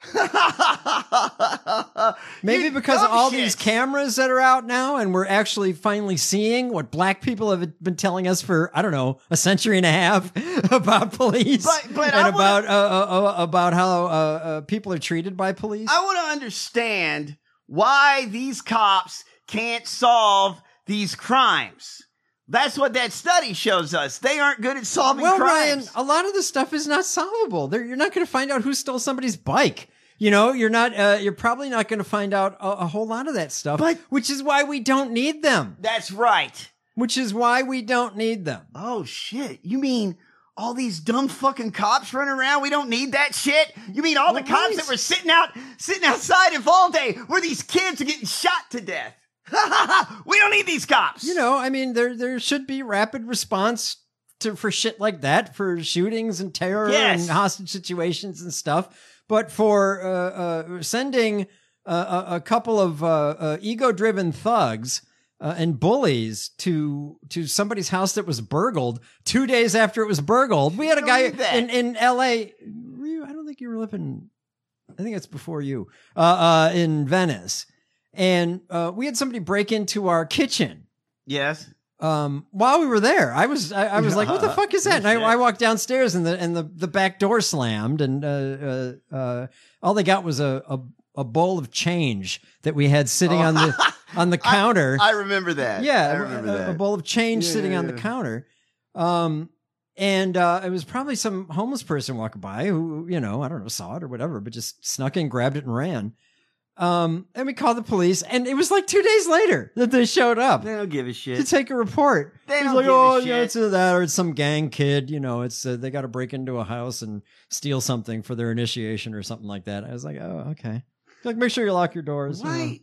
Ah. Maybe You because of dumb all shit. these cameras that are out now and we're actually finally seeing what black people have been telling us for, I don't know, a century and a half about police But- but and I about, uh, uh, uh, about how uh, uh, people are treated by police. I want to understand why these cops can't solve these crimes. That's what that study shows us. They aren't good at solving well, crimes. Ryan, a lot of this stuff is not solvable. There, you're not going to find out who stole somebody's bike. You know, you're not. Uh, you're probably not going to find out a, a whole lot of that stuff. But- which is why we don't need them. That's right. Which is why we don't need them. Oh shit. You mean all these dumb fucking cops running around? We don't need that shit. You mean all the Well, cops right. that were sitting out sitting outside of all day where these kids are getting shot to death? we don't need these cops. You know, I mean, there there should be rapid response to for shit like that for shootings and terror Yes. and hostage situations and stuff. But for uh, uh, sending uh, a, a couple of uh, uh, ego driven thugs. Uh, and bullies to to somebody's house that was burgled two days after it was burgled. We had a don't guy need that. in in L.A. were you- I don't think you were living. I think it's before you uh, uh, in Venice, and uh, we had somebody break into our kitchen Yes. um, while we were there, I was I, I was like, "What the fuck is that?" And I, I walked downstairs, and the and the, the back door slammed, and uh, uh, uh, all they got was a, a a bowl of change that we had sitting on the on the counter. Oh. I remember that. yeah, I remember a, that. a bowl of change Yeah, sitting yeah, on the yeah. counter. Um, and uh, it was probably some homeless person walking by who you know I don't know saw it or whatever, but just snuck in, grabbed it, and ran. Um, and we called the police, and it was like two days later that they showed up they don't give a shit. to take a report. They He's don't like, give a oh, you know, shit." it's either that or it's some gang kid. You know, it's uh, they got to break into a house and steal something for their initiation or something like that. I was like, oh, okay. He's like, make sure you lock your doors. you know. Why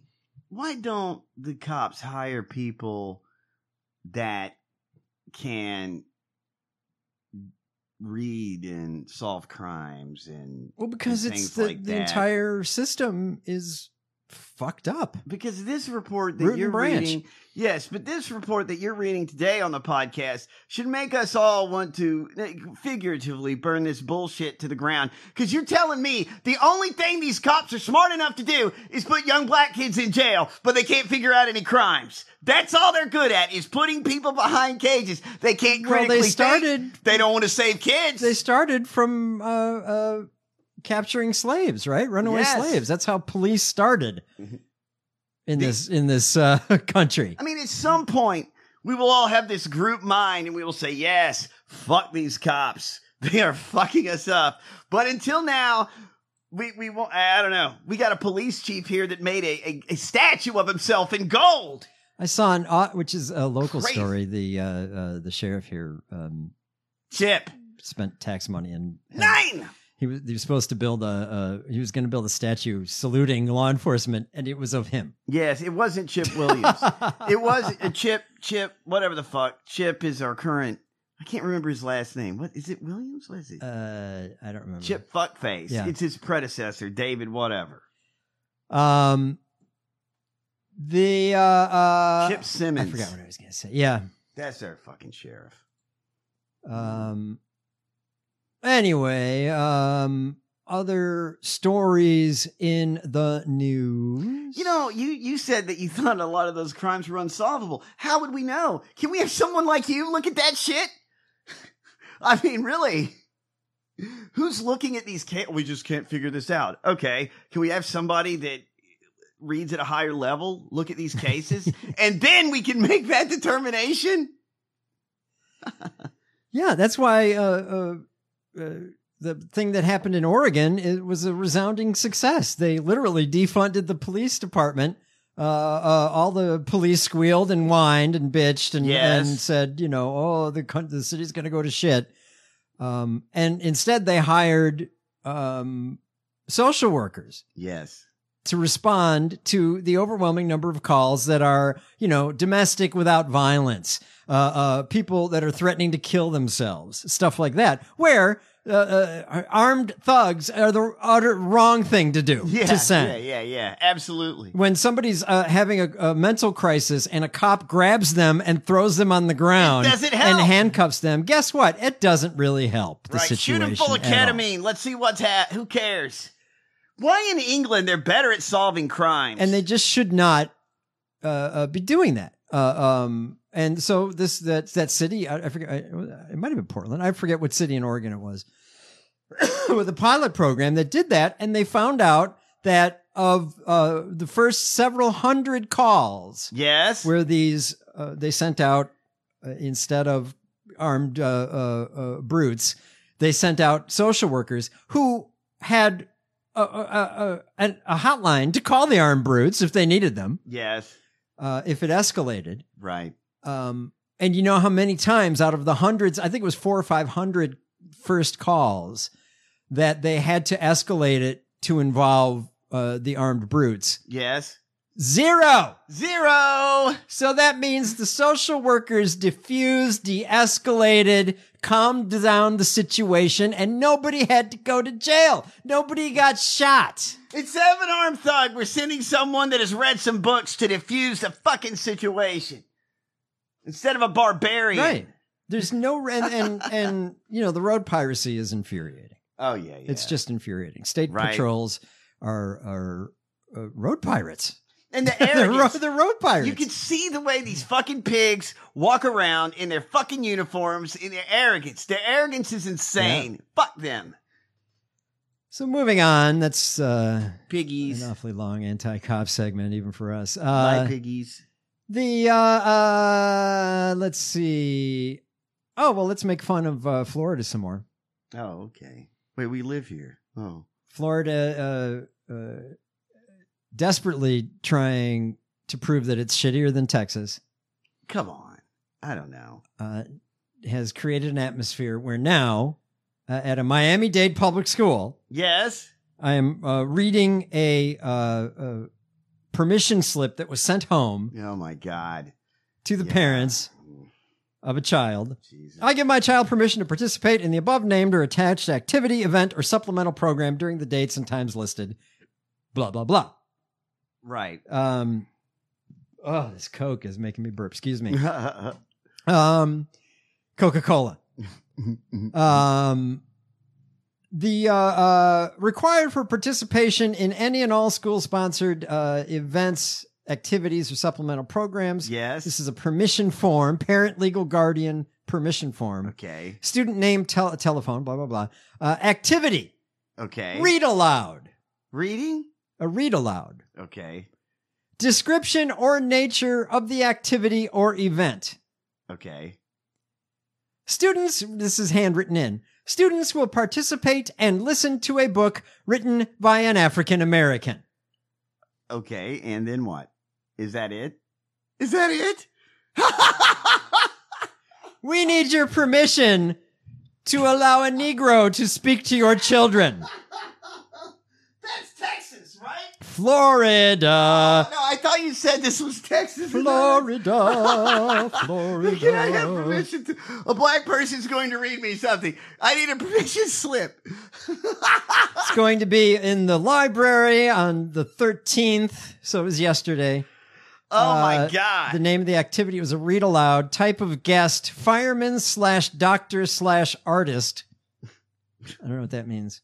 why don't the cops hire people that can read and solve crimes and Well, because and it's things the, like the that? entire system is fucked up. because this report that Root and you're branch. reading yes but this report that you're reading today on the podcast should make us all want to eh, figuratively burn this bullshit to the ground because you're telling me the only thing these cops are smart enough to do is put young black kids in jail but they can't figure out any crimes that's all they're good at is putting people behind cages they can't Well, they critically think. started- they don't want to save kids They started from uh, uh, capturing slaves, right? Runaway Yes. Mm-hmm. slaves. That's how police started in this in this uh, country. I mean, at some point, we will all have this group mind and we will say, yes, fuck these cops. They are fucking us up. But until now, we, we won't, I don't know. We got a police chief here that made a, a, a statue of himself in gold. I saw an au- which is a local Crazy. story. The uh, uh, the sheriff here um, Chip. spent tax money and and Nine. he was he was supposed to build a, a he was going to build a statue saluting law enforcement, and it was of him. Yes, it wasn't Chip Williams. it was a Chip, Chip, whatever the fuck. Chip is our current, I can't remember his last name. What is it, Williams? What is it? Uh, I don't remember. Chip Fuckface. Yeah. It's his predecessor, David, whatever. Um, the uh, uh, Chip Simmons. I forgot what I was going to say. Yeah. That's our fucking sheriff. Um. Anyway, um, other stories in the news. You know, you you said that you thought a lot of those crimes were unsolvable. How would we know? Can we have someone like you look at that shit? I mean, really. Who's looking at these ca- we just can't figure this out. Okay, can we have somebody that reads at a higher level look at these cases and then we can make that determination? Yeah, that's why uh, uh, uh, the thing that happened in Oregon it was a resounding success. They literally defunded the police department. Uh, uh, all the police squealed and whined and bitched and, Yes. and said, you know, oh, the coun- the city's going to go to shit. Um, and instead, they hired um, social workers Yes. to respond to the overwhelming number of calls that are, you know, domestic without violence, uh, uh, people that are threatening to kill themselves, stuff like that, where uh, uh, armed thugs are the utter wrong thing to do Yeah, to send. yeah, yeah, yeah. Absolutely. When somebody's uh, having a, a mental crisis and a cop grabs them and throws them on the ground It doesn't and help. handcuffs them, guess what? It doesn't really help the right. Shoot situation. him full of at all. ketamine. Let's see what's hat. Who cares? Why in England they're better at solving crimes? and they just should not uh, uh, be doing that. Uh, um, and so this that that city, I, I forget, I, it might have been Portland. I forget what city in Oregon it was, with a pilot program that did that, and they found out that of uh, the first several hundred calls yes. where these uh, they sent out uh, instead of armed uh, uh, uh, brutes, they sent out social workers who had uh, a, a, a, a, a hotline to call the armed brutes if they needed them, yes. uh, if it escalated. Right. Um, and you know how many times out of the hundreds, I think it was four or five hundred first calls that they had to escalate it to involve uh, the armed brutes. Yes. Zero. Zero. So that means the social workers diffused, de escalated, calmed down the situation, and nobody had to go to jail. Nobody got shot. It's Evan Arm Thug. We're sending someone that has read some books to diffuse the fucking situation instead of a barbarian. Right. There's no, and, and, and you know, the road piracy is infuriating. Oh yeah. yeah. It's just infuriating. State Right. patrols are, are uh, road pirates. and the They're, ro- arrogance. they're road pirates. You can see the way these fucking pigs walk around in their fucking uniforms in their arrogance. Their arrogance is insane. Fuck them. so moving on, that's uh, Piggies. an awfully long anti cop segment, even for us. Uh, My piggies. The uh, uh let's see. Oh well, let's make fun of uh, Florida some more. Oh, okay. Wait, we live here. Oh. Florida uh, uh, desperately trying to prove that it's shittier than Texas Come on. I don't know. uh, has created an atmosphere where now uh, at a Miami Dade public school, Yes. I am uh, reading a uh, uh, permission slip that was sent home Oh my God. to the Yeah. parents of a child Jesus. I give my child permission to participate in the above named or attached activity, event, or supplemental program during the dates and times listed. Blah, blah, blah. Right. Um, oh, this Coke is making me burp. Excuse me. Um, Coca Cola. Um, the uh, uh, required for participation in any and all school sponsored uh, events, activities, or supplemental programs. Yes. This is a permission form, parent, legal, guardian permission form okay. student name, tel- telephone, blah, blah, blah. Uh, activity, Okay. read aloud, Reading? a read aloud, Okay. description or nature of the activity or event. Okay. Students, this is handwritten in. Students will participate and listen to a book written by an African American. Okay. And then what? Is that it? Is that it? We need your permission to allow a Negro to speak to your children. That's Texas, right? Florida, No, I thought you said this was Texas. Florida, Florida. Can I have permission to? A black person's going to read me something. I need a permission slip. It's going to be in the library on the 13th. So it was yesterday. Oh Uh, my The god! name of the activity was a read aloud type of guest, fireman slash doctor slash artist. I don't know what that means.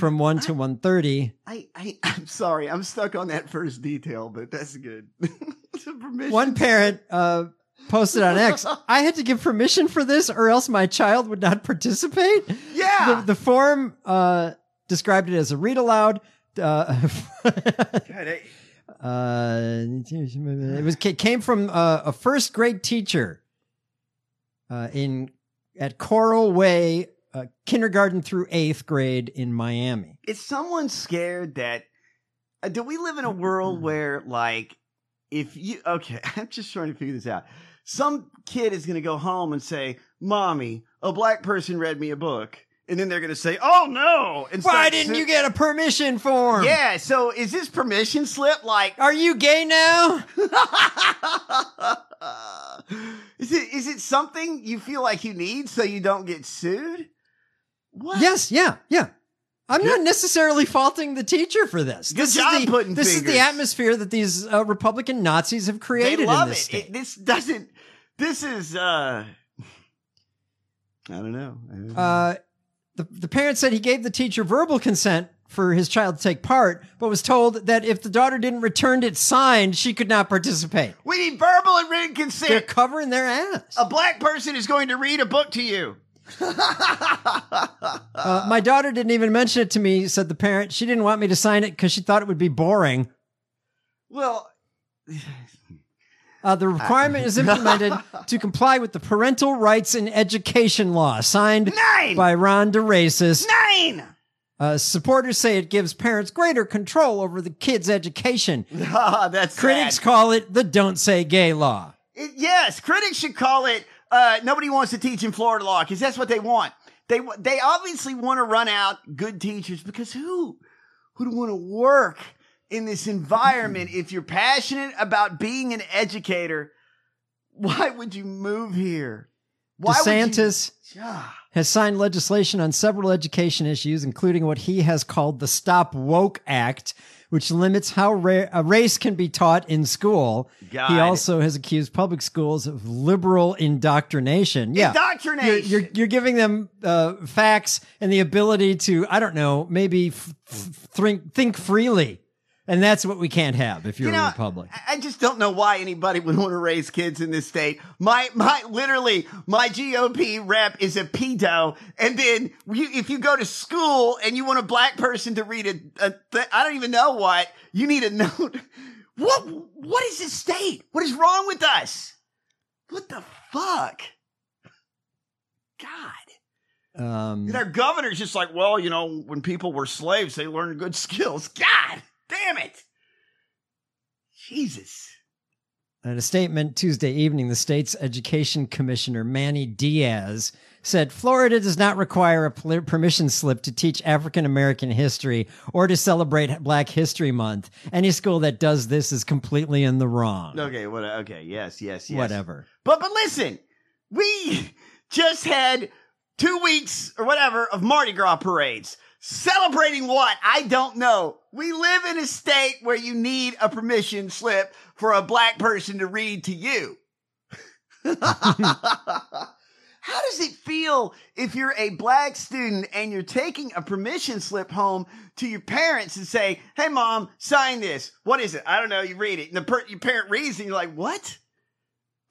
From 1 to 130. I, I I'm sorry. I'm stuck on that first detail, but that's good. The permission. One parent uh, posted on X, I had to give permission for this or else my child would not participate. Yeah. The, the form uh, described it as a read aloud. Uh, God, I- Uh, it was it came from uh, a first grade teacher uh, in at Coral Way uh, kindergarten through eighth grade in Miami. is someone scared that uh, do we live in a world where like if you okay i'm just trying to figure this out some kid is going to go home and say mommy a black person read me a book and then they're going to say, "Oh no!" And Why start didn't su- you get a permission form? Yeah. So is this permission slip like? Are you gay now? Is it is it something you feel like you need so you don't get sued? What? Yes, yeah, yeah. I'm not necessarily faulting the teacher for this. this job is the, putting This is the fingers. atmosphere that these uh, Republican Nazis have They created love in this it. state. it. This doesn't. This is. uh I don't know. I don't know. uh, the, the parent said he gave the teacher verbal consent for his child to take part, but was told that if the daughter didn't return it signed, she could not participate. we need verbal and written They're consent. covering their ass. a black person is going to read a book to you. Uh, my daughter didn't even mention it to me, said the parent. She didn't want me to sign it because she thought it would be boring. Well, Uh, the requirement is implemented to comply with the Parental Rights in Education Law, signed Nine! by Ron DeRacis. nine. Uh, supporters say it gives parents greater control over the kids' education. Ah, that's Critics sad. call it the Don't Say Gay Law. It- yes, critics should call it. Uh, nobody wants to teach in Florida law because that's what they want. They wa- they obviously want to run out good teachers because who would want to work in this environment if you're passionate about being an educator? Why would you move here? Why DeSantis Would you, Ah, has signed legislation on several education issues, including what he has called the Stop Woke Act, which limits how ra- a race can be taught in school. God. He also has accused public schools of liberal indoctrination. Yeah. You're, Indoctrination. you're, you're giving them uh, facts and the ability to, I don't know, maybe f- f- think, think freely. And that's what we can't have if you're You know, a Republican. I- I just don't know why anybody would want to raise kids in this state. My my literally my GOP rep is a pedo, and then you, if you go to school and you want a black person to read a, a th- I don't even know what you need a note. What what is this state? What is wrong with us? What the fuck? God. um, And our governor's just like, well, you know, when people were slaves, they learned good skills. God damn it. Jesus. In a statement Tuesday evening, the state's education commissioner, Manny Diaz, said Florida does not require a pl- permission slip to teach African American history or to celebrate Black History Month. Any school that does this is completely in the wrong. Okay, what okay, yes, yes, yes. Whatever. But but listen, we just had two weeks or whatever of Mardi Gras parades. Celebrating what? I don't know. We live in a state where you need a permission slip for a black person to read to you. How does it feel if you're a black student and you're taking a permission slip home to your parents and say, "Hey, mom, sign this. What is it? I don't know. You read it, and the per- your parent reads, it and you're like, "What?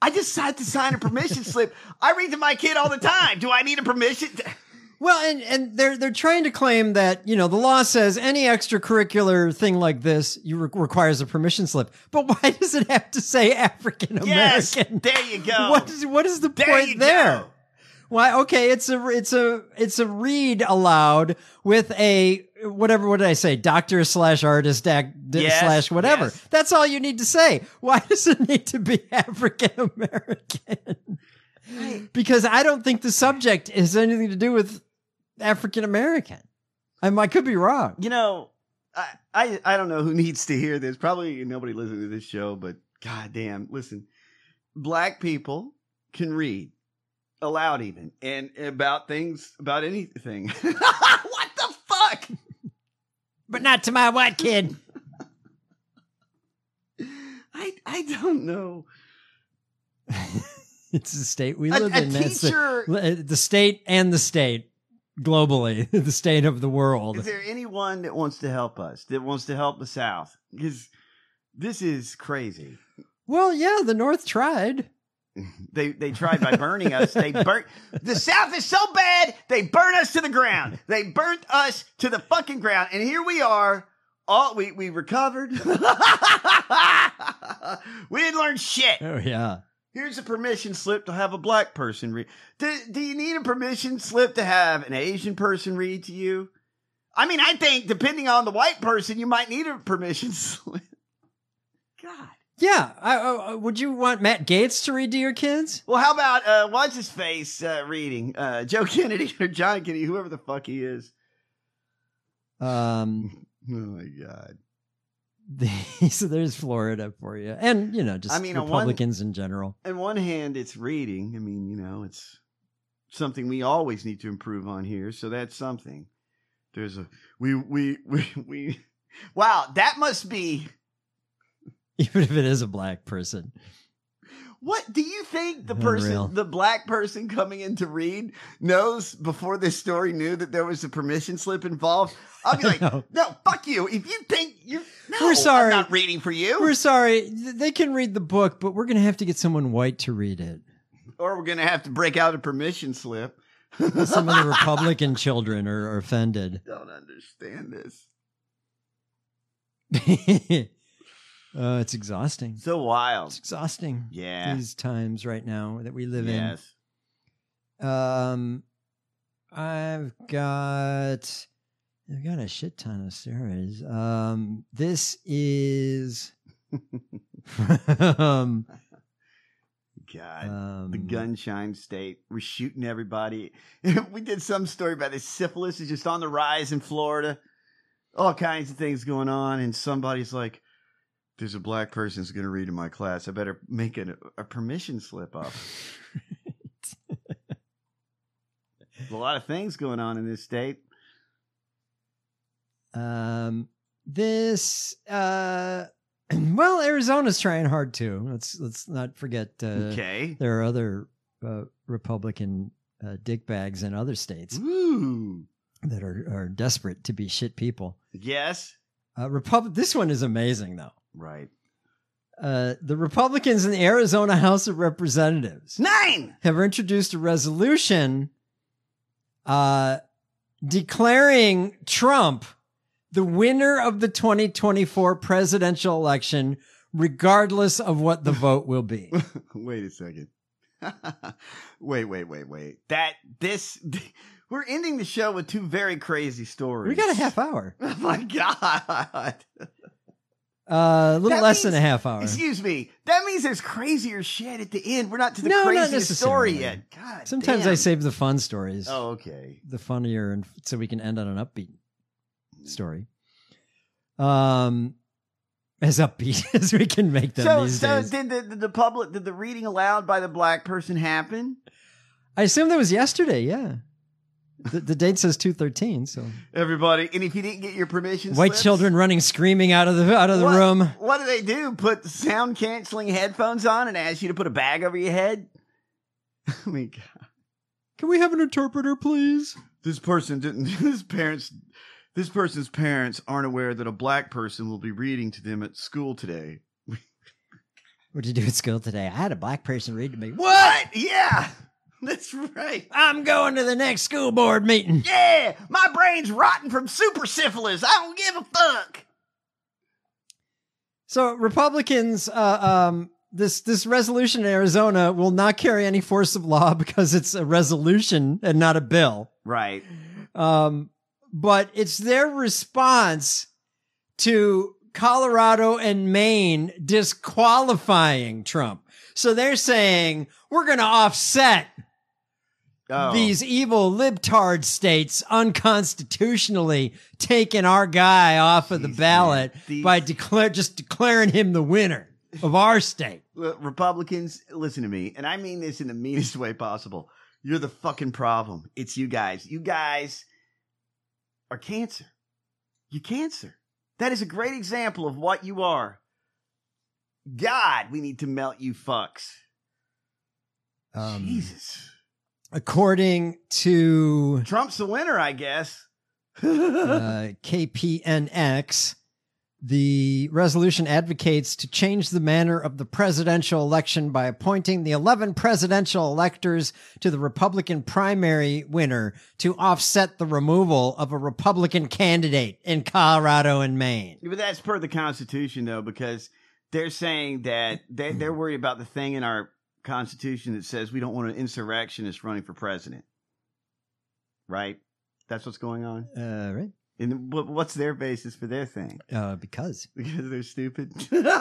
I just had to sign a permission slip. I read to my kid all the time. Do I need a permission? to-" Well, and, and they're they're trying to claim that you know the law says any extracurricular thing like this you re- requires a permission slip, but why does it have to say African American? Yes, there you go. What is what is the There you point there? go. Why? Okay, it's a it's a it's a read aloud with a whatever. What did I say? Doctor slash artist act Yes, slash whatever. yes. That's all you need to say. Why does it need to be African American? because I don't think the subject has anything to do with African American. I, I could be wrong. You know, I, I I don't know who needs to hear this. Probably nobody listening to this show, but goddamn, listen, black people can read aloud even and about things about anything. what the fuck? But not to my white kid. I I don't know. It's the state we A- live a in. That's the- teacher- li- the state and the state globally, the state of the Is world. there anyone that wants to help us? That wants to help the South? Because this is crazy. Well, yeah, the North tried. They they tried by burning us. They burnt the South is so bad. They burn us to the ground. They burnt us to the fucking ground. And here we are. All we we recovered. we didn't learn shit. Oh yeah. Here's a permission slip to have a black person read. Do, do you need a permission slip to have an Asian person read to you? I mean, I think depending on the white person, you might need a permission slip. God. Yeah. I, I, I- would you want Matt Gates to read to your kids? Well, how about uh, what's his face uh, reading uh, Joe Kennedy or John Kennedy, whoever the fuck he is. Um, Oh my god. so there's Florida for you, and you know, just I mean, on one- Republicans in general. On one hand, it's reading. I mean, you know, it's something we always need to improve on here. So that's something. There's a we we we we. Wow, that must be Even if it is a black person, What do you think the person, Unreal. the black person coming in to read, knows before this story knew that there was a permission slip involved? I'll be like, know. no, fuck you. If you think you, no, We're sorry. I'm not reading for you, we're sorry. Th- They can read the book, but we're gonna have to get someone white to read it. or we're gonna have to break out a permission slip. Some of the Republican children are, are offended. Don't understand this. uh, it's exhausting. So wild. It's exhausting. Yeah. These times right now that we live in. Yes. Um, I've got I've got a shit ton of stories. Um, this is from God. um, the gunshine state. We're shooting everybody. we did some story about this. Syphilis is just on the rise in Florida. All kinds of things going on, and somebody's like, "There's a black person who's going to read in my class. I better make an, a permission slip up." a lot of things going on in this state. Um, this uh, well, Arizona's trying hard too. Let's let's not forget. Uh, okay. there are other uh, Republican uh, dickbags in other states Ooh. that are are desperate to be shit people. Yes. Uh, Repub- this one is amazing though. Right. Uh, the Republicans in the Arizona House of Representatives Nine. have introduced a resolution uh, declaring Trump the winner of the 2024 presidential election, regardless of what the vote will be. wait a second. wait, wait, wait, wait. That this we're ending the show with two very crazy stories. We got a half hour, Oh my god. uh, a little That less than means- a half hour. Excuse me. That means there's crazier shit at the end. We're not to the No, not craziest story necessarily. yet. God. Sometimes damn. I save the fun stories. Oh, okay. the funnier and so we can end on an upbeat story um as upbeat as we can make them So, these so days did the, the the public did the reading aloud by the black person happen? i assume that was yesterday yeah the, the date says 213 so Everybody, and if you didn't get your permission, white slips, children running screaming out of the out of the what, room What do they do? Put sound canceling headphones on and ask you to put a bag over your head? I mean, God. can we have an interpreter please this person didn't his parents this person's parents aren't aware that a black person will be reading to them at school today what did you do at school today i had a black person read to me what yeah that's right i'm going to the next school board meeting yeah my brain's rotten from super syphilis i don't give a fuck So Republicans, uh, um, this this resolution in Arizona will not carry any force of law because it's a resolution and not a bill. right Um, but it's their response to Colorado and Maine disqualifying Trump. So they're saying we're going to offset oh. these evil libtard states unconstitutionally taking our guy off of the Jeez, ballot man. These- by declare just declaring him the winner of our state. L- republicans listen to me and i mean this in the meanest way possible you're the fucking problem it's you guys you guys are cancer you cancer that is a great example of what you are god we need to melt you fucks Um, Jesus. According to Trump's the winner, I guess. uh, KPNX, the resolution advocates to change the manner of the presidential election by appointing the 11 presidential electors to the Republican primary winner to offset the removal of a Republican candidate in Colorado and Maine. but that's per the Constitution, though, because they're saying that they, they're worried about the thing in our Constitution that says we don't want an insurrectionist running for president. Right? That's what's going on. Uh, right. And wh- what's their basis for their thing? Uh, because because they're stupid. Governor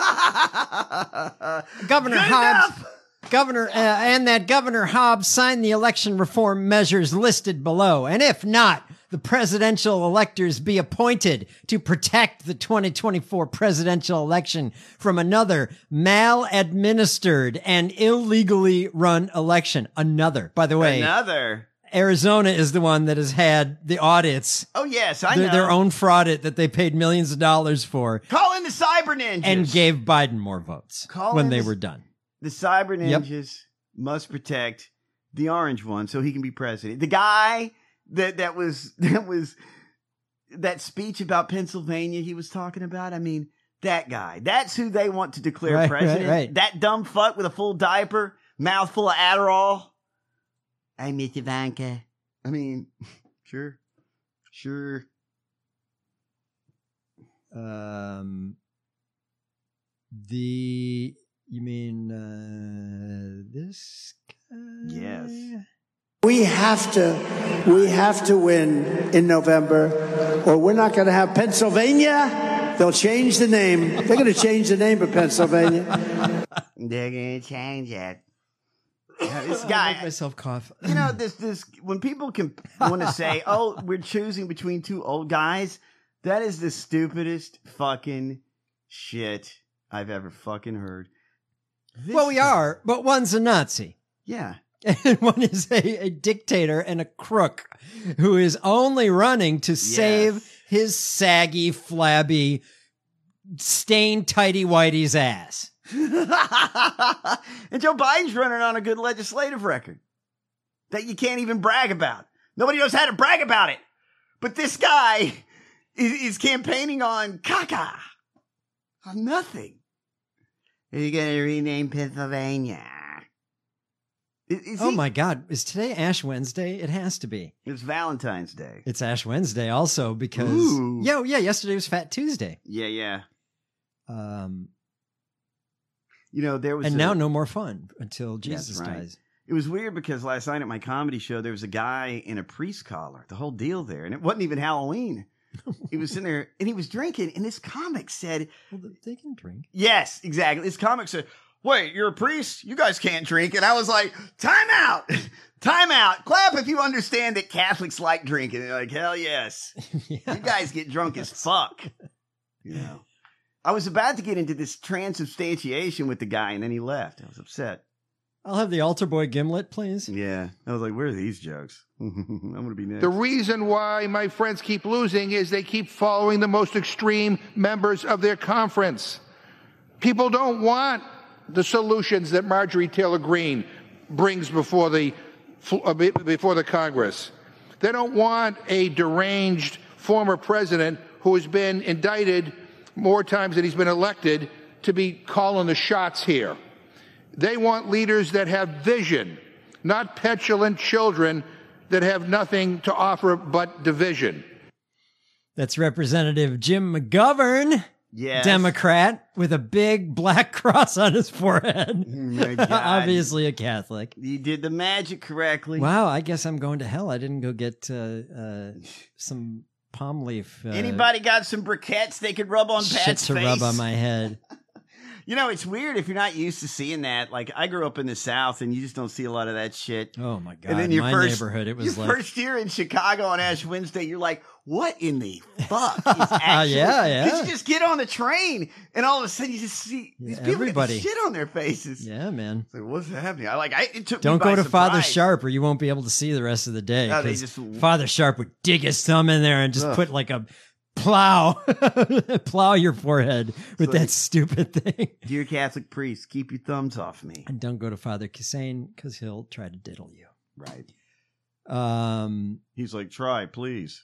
Hobbs, Governor, uh, and that Governor Hobbs signed the election reform measures listed below. And if not, the presidential electors be appointed to protect the 2024 presidential election from another maladministered and illegally run election. Another, by the way, Another. Arizona is the one that has had the audits. Oh yes, I their, know. their own fraud it that they paid millions of dollars for Call in the cyber ninjas. and gave Biden more votes Call when in they this- were done. the cyber Yep. ninjas must protect the orange one so he can be president. The guy that that was that was that speech about Pennsylvania he was talking about. I mean, that guy. That's who they want to declare Right, right, president. right. That dumb fuck with a full diaper, mouthful of Adderall. I miss Ivanka. I mean, sure, sure. Um, the you mean uh, this? Guy? Yes. We have to, we have to win in November, or we're not going to have Pennsylvania. They'll change the name. They're going to change the name of Pennsylvania. They're gonna change it. Yeah, this I guy, make myself cough. you know this this when people can want to say oh we're choosing between two old guys that is the stupidest fucking shit i've ever fucking heard This- well, we are, but one's a Nazi. yeah And one is a, a dictator and a crook who is only running to save his saggy, flabby, stained tighty whitey's ass. and joe biden's running on a good legislative record that you can't even brag about nobody knows how to brag about it but this guy is, is campaigning on caca on nothing you're gonna rename pennsylvania Is- is Oh he- my God. Is today Ash Wednesday? It has to be. It's Valentine's Day. It's Ash Wednesday also because Ooh. yeah, yeah, yesterday was Fat Tuesday. Yeah, yeah. Um You know, there was and a- now no more fun until Jesus right. dies. It was weird because last night at my comedy show there was a guy in a priest collar, the whole deal there, and it wasn't even Halloween. he was sitting there and he was drinking, and this comic said, Well, they can drink. Yes, exactly. This comic said, Wait, you're a priest? You guys can't drink. And I was like, Time out. Time out. Clap if you understand that Catholics like drinking. They're like, Hell yes. yeah. You guys get drunk as fuck. You know. I was about to get into this transubstantiation with the guy, and then he left. I was upset. I'll have the altar boy gimlet, please. Yeah. I was like, where are these jokes? I'm going to be next. The reason why my friends keep losing is they keep following the most extreme members of their conference. People don't want the solutions that Marjorie Taylor Greene brings before the fl- uh, be- before the Congress. They don't want a deranged former president who has been indicted more times than he's been elected to be calling the shots here. They want leaders that have vision, not petulant children that have nothing to offer but division. That's Representative Jim McGovern, yes. Democrat, with a big black cross on his forehead. my God. Obviously a Catholic. You did the magic correctly. Wow, I guess I'm going to hell. I didn't go get uh, uh, some palm leaf. Uh, Anybody got some briquettes they could rub on shit Pat's to face? rub on my head? you know, it's weird if you're not used to seeing that. Like, I grew up in the South, and you just don't see a lot of that shit. Oh my god! and then your my first neighborhood, it was your like first year in Chicago on Ash Wednesday, you're like, what in the fuck is actually? Yeah, yeah. 'Cause you just get on the train, and all of a sudden you just see Yeah, these people everybody. everybody. shit on their faces. yeah, man. It's like, what's happening? I like, I it took. me Don't go by to Father surprise. Sharp, or you won't be able to see the rest of the day. No, they 'cause just- Father Sharp would dig his thumb in there and just Ugh. put like a plow, plow your forehead with like- that stupid thing. Dear Catholic priest, keep your thumbs off me. And don't go to Father Kassane because he'll try to diddle you. Right. Um, He's like, try, please.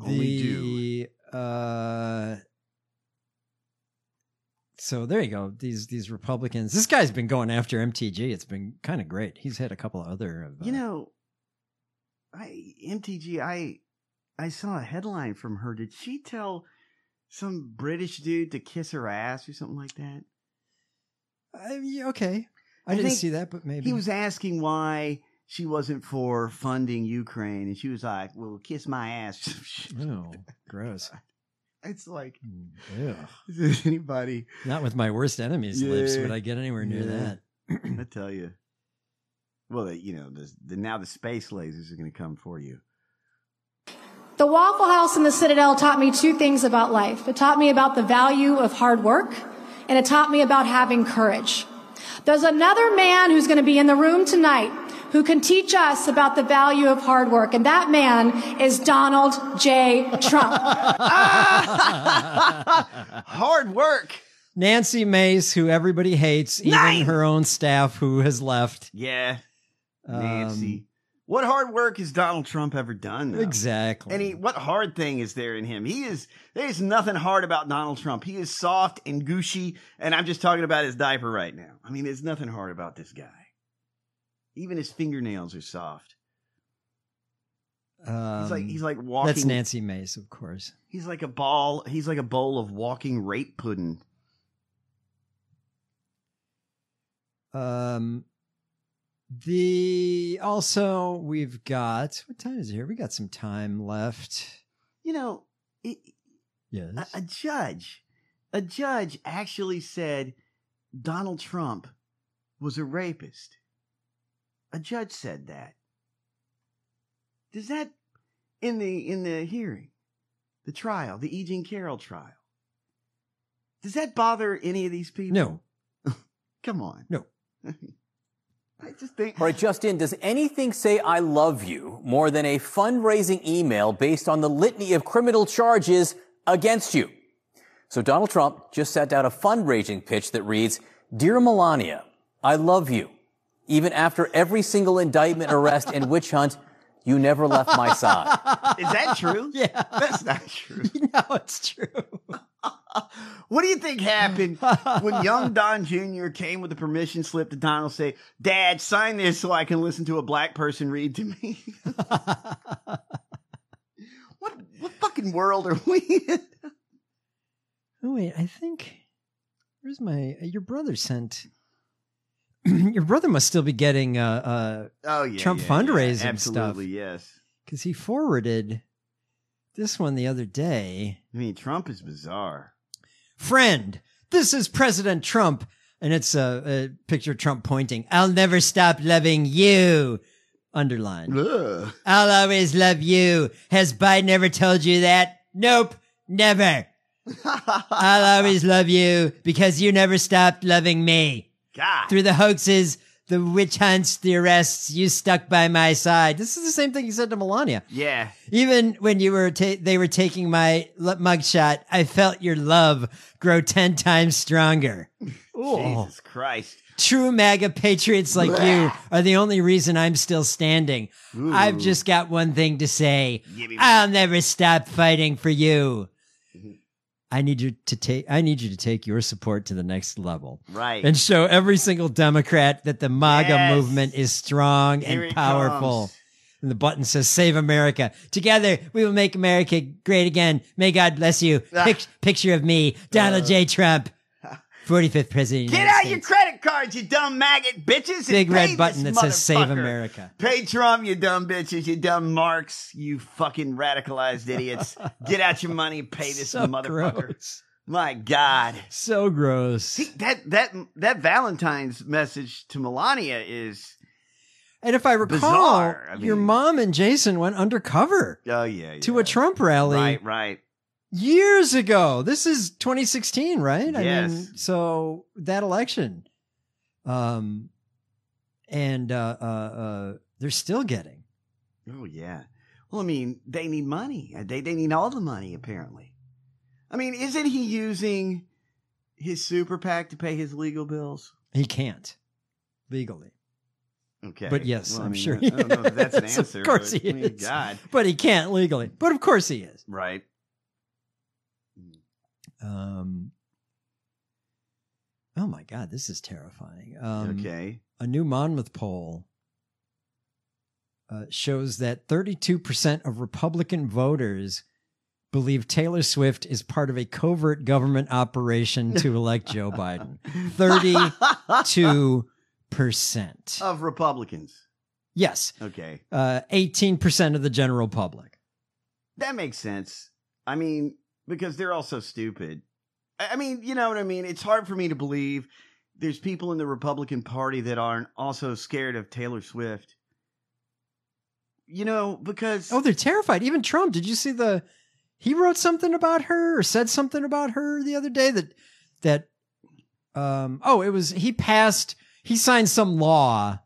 Only the uh, so there you go. These these Republicans. This guy's been going after MTG. It's been kind of great. He's had a couple other. Of, uh, You know, I MTG. I I saw a headline from her. Did she tell some British dude to kiss her ass or something like that? I- yeah, okay. I, I didn't think see that, but maybe He was asking why she wasn't for funding Ukraine, and she was like, "Well, kiss my ass." Oh, gross. It's like, Yeah. is anybody? Not with my worst enemy's lips would I get anywhere near Yeah. that. I tell you. Well, the- you know, the, the, now the space lasers are going to come for you. The Waffle House in the Citadel taught me two things about life. It taught me about the value of hard work, and it taught me about having courage. There's another man who's going to be in the room tonight who can teach us about the value of hard work, and that man is Donald J. Trump. Hard work. Nancy Mace, who everybody hates, even her own staff who has left. Yeah, Um, Nancy. what hard work has Donald Trump ever done? though? Exactly. And he, what hard thing is there in him? He is. There's nothing hard about Donald Trump. He is soft and gushy, and I'm just talking about his diaper right now. I mean, there's nothing hard about this guy. Even his fingernails are soft. Um, He's like he's like walking. That's Nancy Mace, of course. He's like a ball. He's like a bowl of walking rape pudding. Um, the also we've got what time is it here? We got some time left. You know, it, Yes. a, a judge, a judge actually said Donald Trump was a rapist. A judge said that. Does that in the in the hearing, the trial, the E. Jean Carroll trial? Does that bother any of these people? No. Come on. No. I just think All right, Justin, does anything say I love you more than a fundraising email based on the litany of criminal charges against you? So Donald Trump just sent out a fundraising pitch that reads, Dear Melania, I love you. Even after every single indictment, arrest, and witch hunt, you never left my side. Is that true? yeah. That's not true. no, it's true. what do you think happened when young Don Jr. came with a permission slip to Donald say, Dad, sign this so I can listen to a black person read to me? what what fucking world are we in? Oh wait, I think where's my uh, your brother sent. your brother must still be getting uh, uh Oh yeah. Trump yeah, yeah. fundraising stuff Absolutely, yes. because he forwarded this one the other day. I mean, Trump is bizarre. Friend, this is President Trump. And it's a, a picture of Trump pointing, I'll never stop loving you. Underline. Ugh. I'll always love you. Has Biden ever told you that? Nope, never. I'll always love you because you never stopped loving me. God. Through the hoaxes, the witch hunts, the arrests, you stuck by my side. This is the same thing he said to Melania. Yeah. Even when you were ta- they were taking my l- mugshot, I felt your love grow 10 times stronger. Jesus Christ. True MAGA patriots like you are the only reason I'm still standing. I've just got one thing to say. I'll never stop fighting for you. Mm-hmm. I need you to take I need you to take your support to the next level. Right. And show every single Democrat that the MAGA Yes. movement is strong Here and it powerful. comes. And the button says Save America. Together we will make America great again. May God bless you. Ah. Pic- picture of me, Donald J. Trump. 45th president. of the Uh. Get United out States. your credit cards, you dumb maggot bitches. and Big red pay button this that says Save motherfucker. America. Pay Trump, you dumb bitches, you dumb marks, you fucking radicalized idiots. Get out your money, pay this So motherfucker. My God. So gross. That that that Valentine's message to Melania is And if I recall, Bizarre, I your mean- mom and Jason went undercover oh yeah, yeah. to a Trump rally right, right. years ago. This is 2016, right? I Yes. mean, so that election. Um and uh uh, uh they're still getting. Oh yeah. Well, I mean, they need money. Uh, They they need all the money apparently. I mean, isn't he using his super PAC to pay his legal bills? He can't legally. Okay. But yes, Well, I I'm mean, sure. I don't know if that's an is. answer. Of course but, he I mean, is. God. But he can't legally. But of course he is. Right. Um Oh my god, this is terrifying. Um okay. A new Monmouth poll uh, shows that 32% of Republican voters believe Taylor Swift is part of a covert government operation to elect Joe Biden. 32%. Oh. Of Republicans. Yes. Okay. Uh, 18% of the general public. That makes sense. I mean, because they're all so stupid. I I mean, you know what I mean? It's hard for me to believe there's people in the Republican Party that aren't also scared of Taylor Swift. You know, because Oh, they're terrified. Even Trump, did you see the he wrote something about her or said something about her the other day that that um oh, it was he passed he signed some law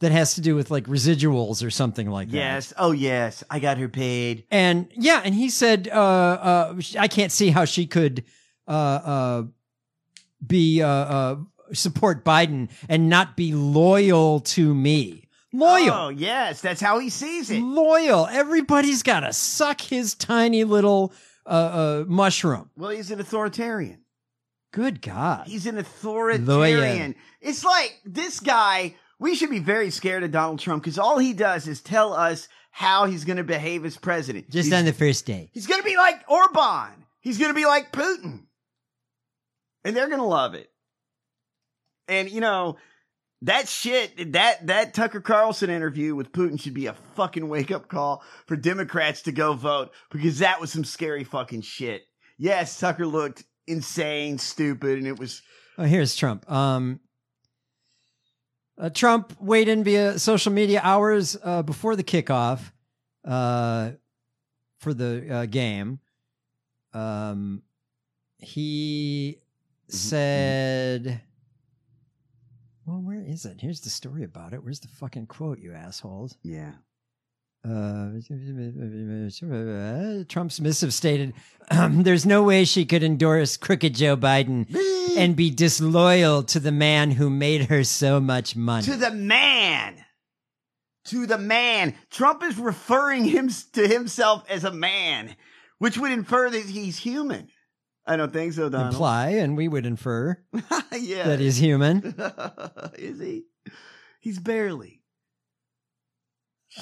that has to do with like residuals or something like that. Yes. Oh, yes. I got her paid. And yeah, and he said, uh, uh, sh- I can't see how she could uh, uh, be uh, uh, support Biden and not be loyal to me. Loyal, Oh, yes. That's how he sees it. loyal. Everybody's got to suck his tiny little uh, uh, mushroom. Well, he's an authoritarian. Good God. He's an authoritarian. It's like this guy, we should be very scared of Donald Trump because all he does is tell us how he's going to behave as president. Just he's, on the first day. he's going to be like Orban. He's going to be like Putin. And they're going to love it. And you know, that shit, that that Tucker Carlson interview with Putin should be a fucking wake-up call for Democrats to go vote because that was some scary fucking shit. Yes, Tucker looked insane, stupid, and it was Oh, here's Trump. Um, uh, Trump weighed in via social media hours uh, before the kickoff uh, for the uh, game. Um, he said, "Well, where is it? Here's the story about it. Where's the fucking quote, you assholes?" yeah. Uh, Trump's missive stated, "There's no way she could endorse crooked Joe Biden and be disloyal to the man who made her so much money." to the man to the man trump is referring him to himself as a man which would infer that he's human i don't think so Donald. Imply, and we would infer yeah that he's human. is he he's barely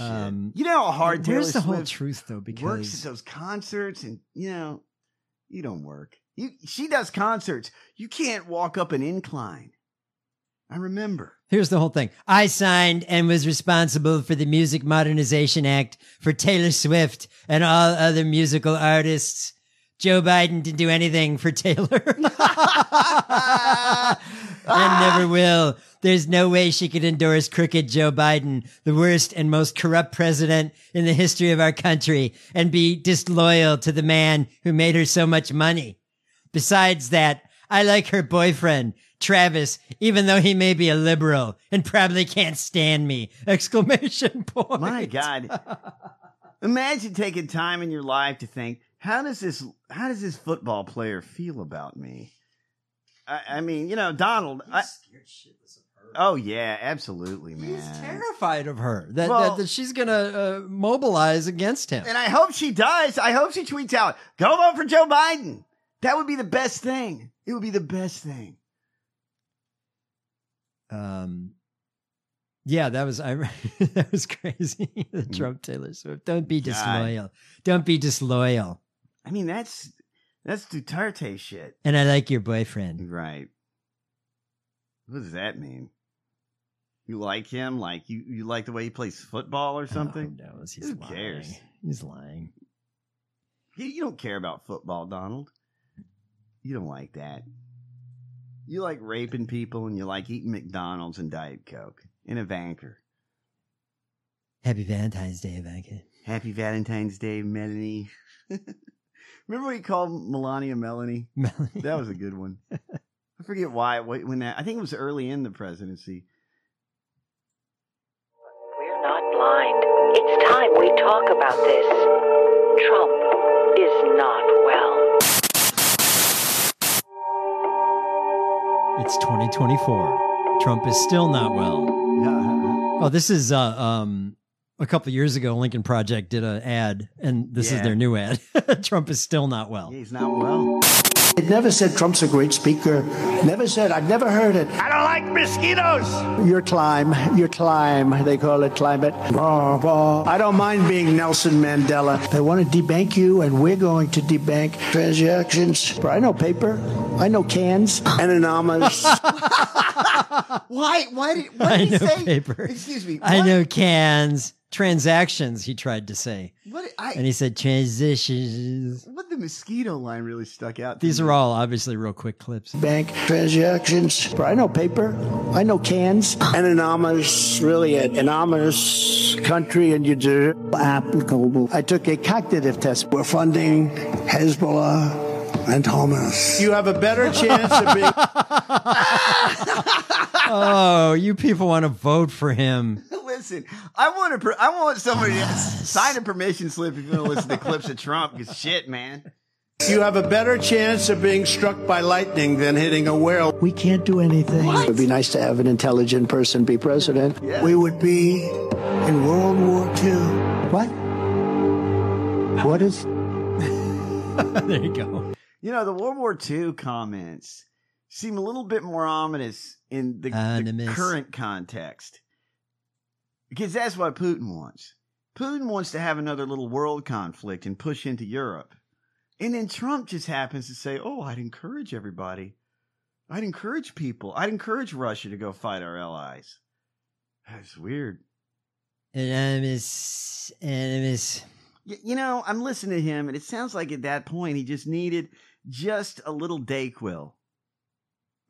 Um, you know how hard Where's Taylor the whole Swift truth, though? works at Because those concerts and you know you don't work you she does concerts you can't walk up an incline i remember here's the whole thing. I signed and was responsible for the Music Modernization Act for Taylor Swift and all other musical artists. Joe Biden didn't do anything for Taylor. and never will. There's no way she could endorse crooked Joe Biden, the worst and most corrupt president in the history of our country, and be disloyal to the man who made her so much money. Besides that, I like her boyfriend, Travis, even though he may be a liberal and probably can't stand me. Exclamation point. My God. Imagine taking time in your life to think, how does this how does this football player feel about me? I, I mean, you know, Donald. I, oh yeah, absolutely, man. Terrified of her that, Well- that, that she's gonna uh, mobilize against him. And I hope she does. I hope she tweets out, "Go vote for Joe Biden." That would be the best thing. It would be the best thing. um yeah that was i that was crazy the Mm. trump taylor swift don't be God. disloyal don't be disloyal I mean, that's that's Duterte shit, and i like your boyfriend right? What does that mean? You like him? Like you you like the way he plays football or something? oh, who knows he's Who lying cares? he's lying You, you don't care about football, Donald. You don't like that. You like raping people and you like eating McDonald's and Diet Coke and a Vanker. happy valentine's day Ivanka. Happy Valentine's Day, Melanie. Remember what he called Melania Melanie? Melanie. That was a good one. I forget why wh- when that I think it was early in the presidency. We're not blind. It's time we talk about this. Trump is not well. it's 2024 trump is still not well oh this is uh um a couple years ago lincoln project did a ad and this is Yeah. Hmm. their new ad trump is still not well He's not well. It never said Trump's a great speaker. Never said. I've never heard it. I don't like mosquitoes. Your climb, your climb, they call it climate. Oh, Blah, blah. I don't mind being Nelson Mandela. They want to debank you, and we're going to debank transactions. I know paper, I know cans, and anonymous. Why? Why did? What I did he know say? paper. Excuse me. I what- know cans. Transactions, he tried to say. What? I, and he said transitions. What the mosquito line really stuck out. to These me. are all obviously real quick clips. Bank transactions. I know paper. I know cans. An anonymous, really an anonymous country, and you do applicable. I took a cognitive test. We're funding Hezbollah and Hamas. You have a better chance of being. oh, you people want to vote for him. Listen, I want to. Per- I want somebody to s- sign a permission slip if you're going to listen to clips of Trump. Because shit, man. You have a better chance of being struck by lightning than hitting a whale. We can't do anything. It would be nice to have an intelligent person be president. We would be in World War II. What? What is? there you go. You know the World War II comments seem a little bit more ominous in the, the Ominous. current context because that's what Putin wants. Putin wants to have another little world conflict and push into Europe, and then Trump just happens to say, "Oh, I'd encourage everybody. I'd encourage people. I'd encourage Russia to go fight our allies." That's weird. Anonymous, anonymous. Y- You know, I'm listening to him, and it sounds like at that point he just needed just a little Dayquil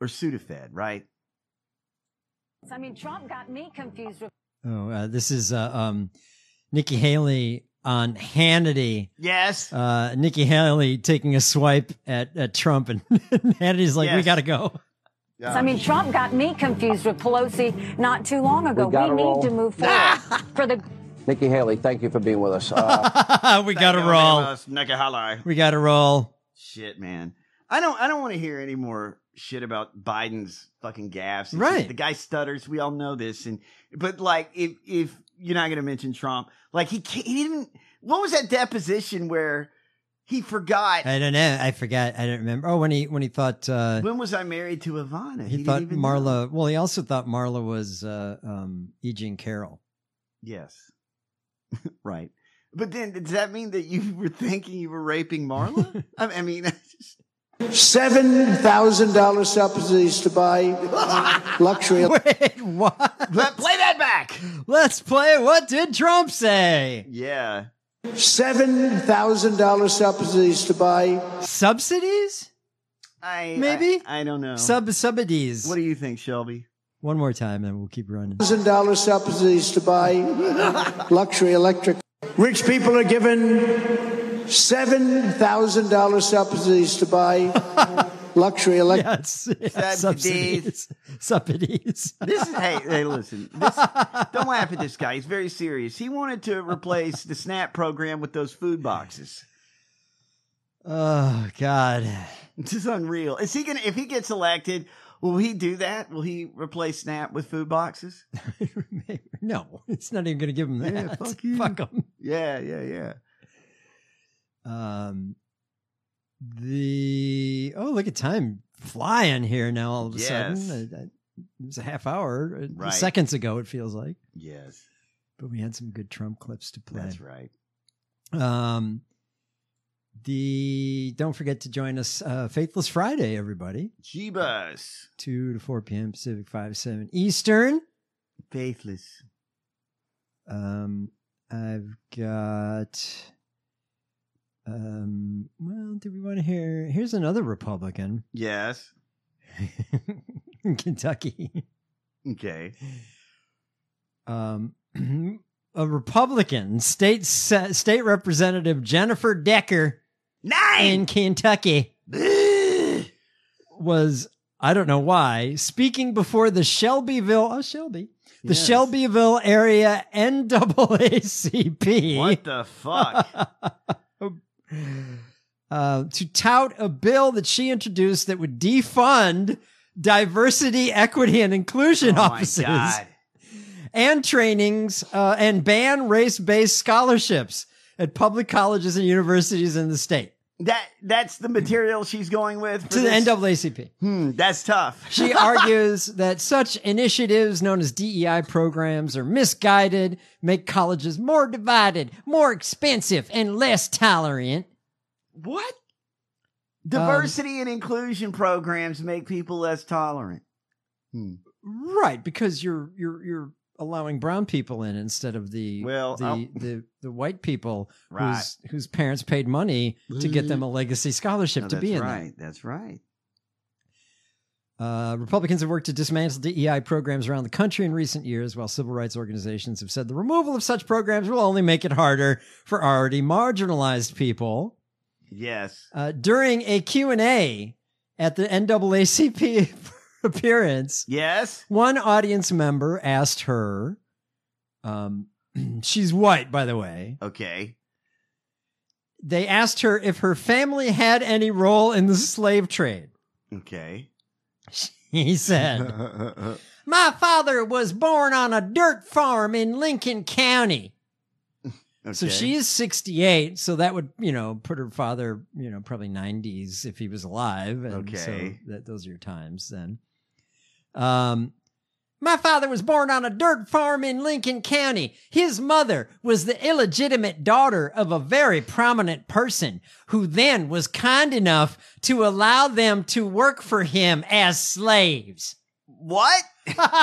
or Sudafed, right? I mean, Trump got me confused with Oh, uh, this is uh, um, Nikki Haley on Hannity. Yes. Uh, Nikki Haley taking a swipe at, at Trump, and Hannity's like, we Yes. got to go. I mean, Trump got me confused with Pelosi not too long ago. We We, gotta need roll. to move forward for the Nikki Haley, thank you for being with us. Uh, we got to roll. Nicky Haley. We got to roll. Shit, man. I don't. I don't want to hear any more shit about Biden's fucking gaffes. It's Right. just- The guy stutters. We all know this. And but like, if if you're not going to mention Trump, like he can't, he didn't. What was that deposition where he forgot? I don't know. I forgot. I don't remember. Oh, when he when he thought uh, when was I married to Ivana? he, didn't thought even know. Marla. Well, he also thought Marla was uh, um, E. Jean Carroll. Yes. right. But then, does that mean that you were thinking you were raping Marla? I I mean, Seven thousand dollar subsidies to buy luxury. Wait, what? Let, play that back. Let's play. What did Trump say? Yeah. Seven thousand dollar subsidies to buy subsidies. I Maybe? I, I don't know. Sub subsidies. What do you think, Shelby? One more time, and we'll keep running. thousand dollar subsidies to buy luxury electric. Rich people are given seven thousand dollar subsidies to buy luxury electric. Yes, yes, Subsidies. subsidies. This is hey hey listen. This, don't laugh at this guy. He's very serious. He wanted to replace the SNAP program with those food boxes. Oh God. It's just unreal. Is he gonna if he gets elected? Will he do that? Will he replace SNAP with food boxes? No, it's not even going to give him that. Yeah, fuck you. Fuck him. Yeah, yeah, yeah. Um, the oh look at time flying here now. All of a Yes. sudden, I, I, it was a half hour, uh, Right. seconds ago. It feels like, Yes, but we had some good Trump clips to play. that's right. Um, the don't forget to join us uh, Faithless Friday, everybody, Jeebus. two to four p.m. Pacific, five seven Eastern. Faithless. Um, I've got. Um, well, do we want to hear? Here's another Republican Yes. in Kentucky. Okay. Um, a Republican state se- state representative Jennifer Decker in Kentucky was I don't know why speaking before the Shelbyville oh Shelby the Yes. Shelbyville area NAACP What the fuck? uh, to tout a bill that she introduced that would defund diversity, equity, and inclusion Oh my offices God. and trainings uh, and ban race based scholarships at public colleges and universities in the state That that's the material she's going with for to the this? NAACP. Hmm, that's tough. She argues that such initiatives known as DEI programs are misguided, make colleges more divided, more expensive, and less tolerant. What? Diversity and inclusion programs make people less tolerant. Right, because you're you're you're allowing brown people in instead of the Well, I'll- the, the the white people Right. whose whose parents paid money to get them a legacy scholarship No, to be that's in there. right. That's right. Uh, Republicans have worked to dismantle DEI programs around the country in recent years, while civil rights organizations have said the removal of such programs will only make it harder for already marginalized people. Yes. Uh, during a Q&A at the NAACP appearance, yes, one audience member asked her, um, she's white, by the way. Okay. They asked her if her family had any role in the slave trade. Okay. He said, My father was born on a dirt farm in Lincoln County. So Okay. she is 68, so that would, you know, put her father, you know, probably 90s if he was alive. And Okay. So that, those are your times then. Um, my father was born on a dirt farm in Lincoln County. His mother was the illegitimate daughter of a very prominent person who then was kind enough to allow them to work for him as slaves. What?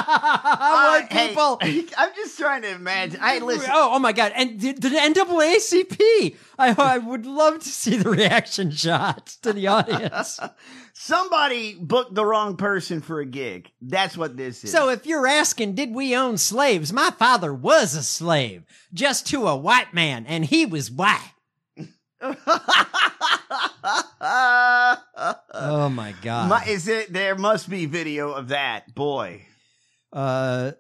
White hey, people. I'm just trying to imagine. I listen. Oh, oh my God. And the, the NAACP. I, I would love to see the reaction shot to the audience. Somebody booked the wrong person for a gig. That's what this is. So if you're asking, did we own slaves? My father was a slave, just to a white man, and he was white. oh my God. My- is it? There must be video of that boy. Uh,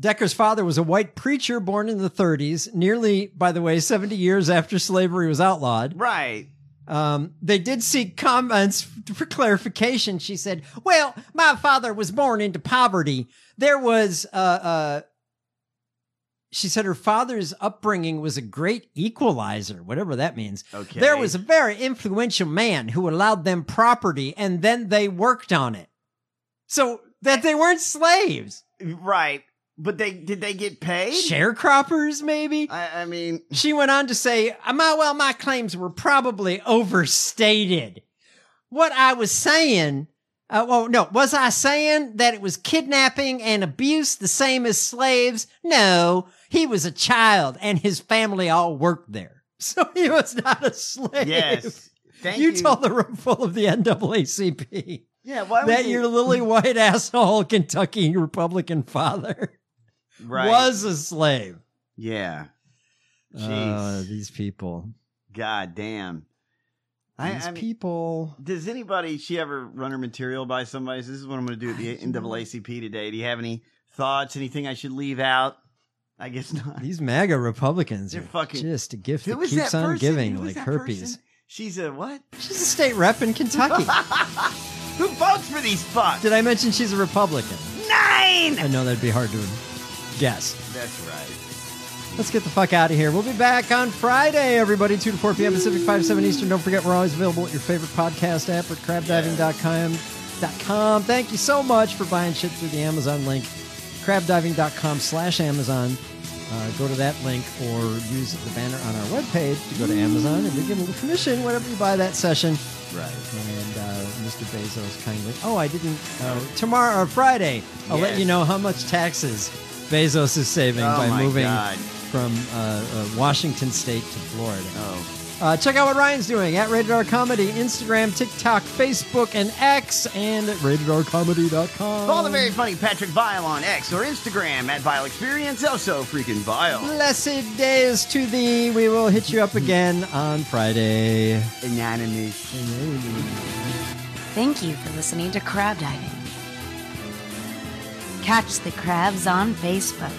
Decker's father was a white preacher born in the 30s, nearly, by the way, 70 years after slavery was outlawed. Right. Um, they did seek comments for clarification. She said, Well, my father was born into poverty. There was, uh, uh, she said her father's upbringing was a great equalizer, whatever that means. Okay. There was a very influential man who allowed them property and then they worked on it. So that they weren't slaves. Right. But they did they get paid? Sharecroppers, maybe? I, I mean, she went on to say, "Uh, my, well, my claims were probably overstated. What I was saying, uh, well, no, was I saying that it was kidnapping and abuse the same as slaves? No, he was a child and his family all worked there. So he was not a slave. Yes. Thank you, you. told the room full of the NAACP Yeah, why would that you- your lily white asshole Kentucky Republican father Right. was a slave. yeah. Jeez. Uh, these people. God damn. These people. Does anybody? She ever run her material by somebody? This is what I'm going to do at the NAACP today. Do you have any thoughts? Anything I should leave out? I guess not. These MAGA Republicans They're are fucking- just a gift Who that was keeps that on person? giving, Who was like that herpes. person? She's a what? She's a state rep in Kentucky. Who votes for these fucks? Did I mention she's a Republican? Nine. I know that'd be hard to guess. That's right. Let's get the fuck out of here. We'll be back on Friday, everybody, 2 to 4 p.m. Pacific, 5 7 Eastern. Don't forget, we're always available at your favorite podcast app at crabdiving.com. Dot com. Thank you so much for buying shit through the Amazon link, crabdiving.com slash Amazon. Uh, go to that link or use the banner on our webpage to go to Amazon, and we give a little commission whenever you buy that session. Right. And uh, Mr. Bezos kindly. Oh, I didn't. Uh, tomorrow or Friday, I'll let Yes. you know how much taxes Bezos is saving Oh my by moving God. from uh, uh, Washington State to Florida. Oh. Uh, check out what Ryan's doing at Rated R Comedy, Instagram, TikTok, Facebook, and X, and at ratedrcomedy.com. Follow the very funny Patrick Vile on X or Instagram at Vile Experience. Also, freaking Vile. Blessed days to thee. We will hit you up again on Friday. Anonymous. Thank you for listening to Crab Diving. Catch the crabs on Facebook,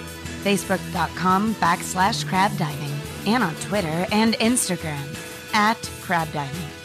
facebook.com backslash crab diving, and on Twitter and Instagram at crab diving.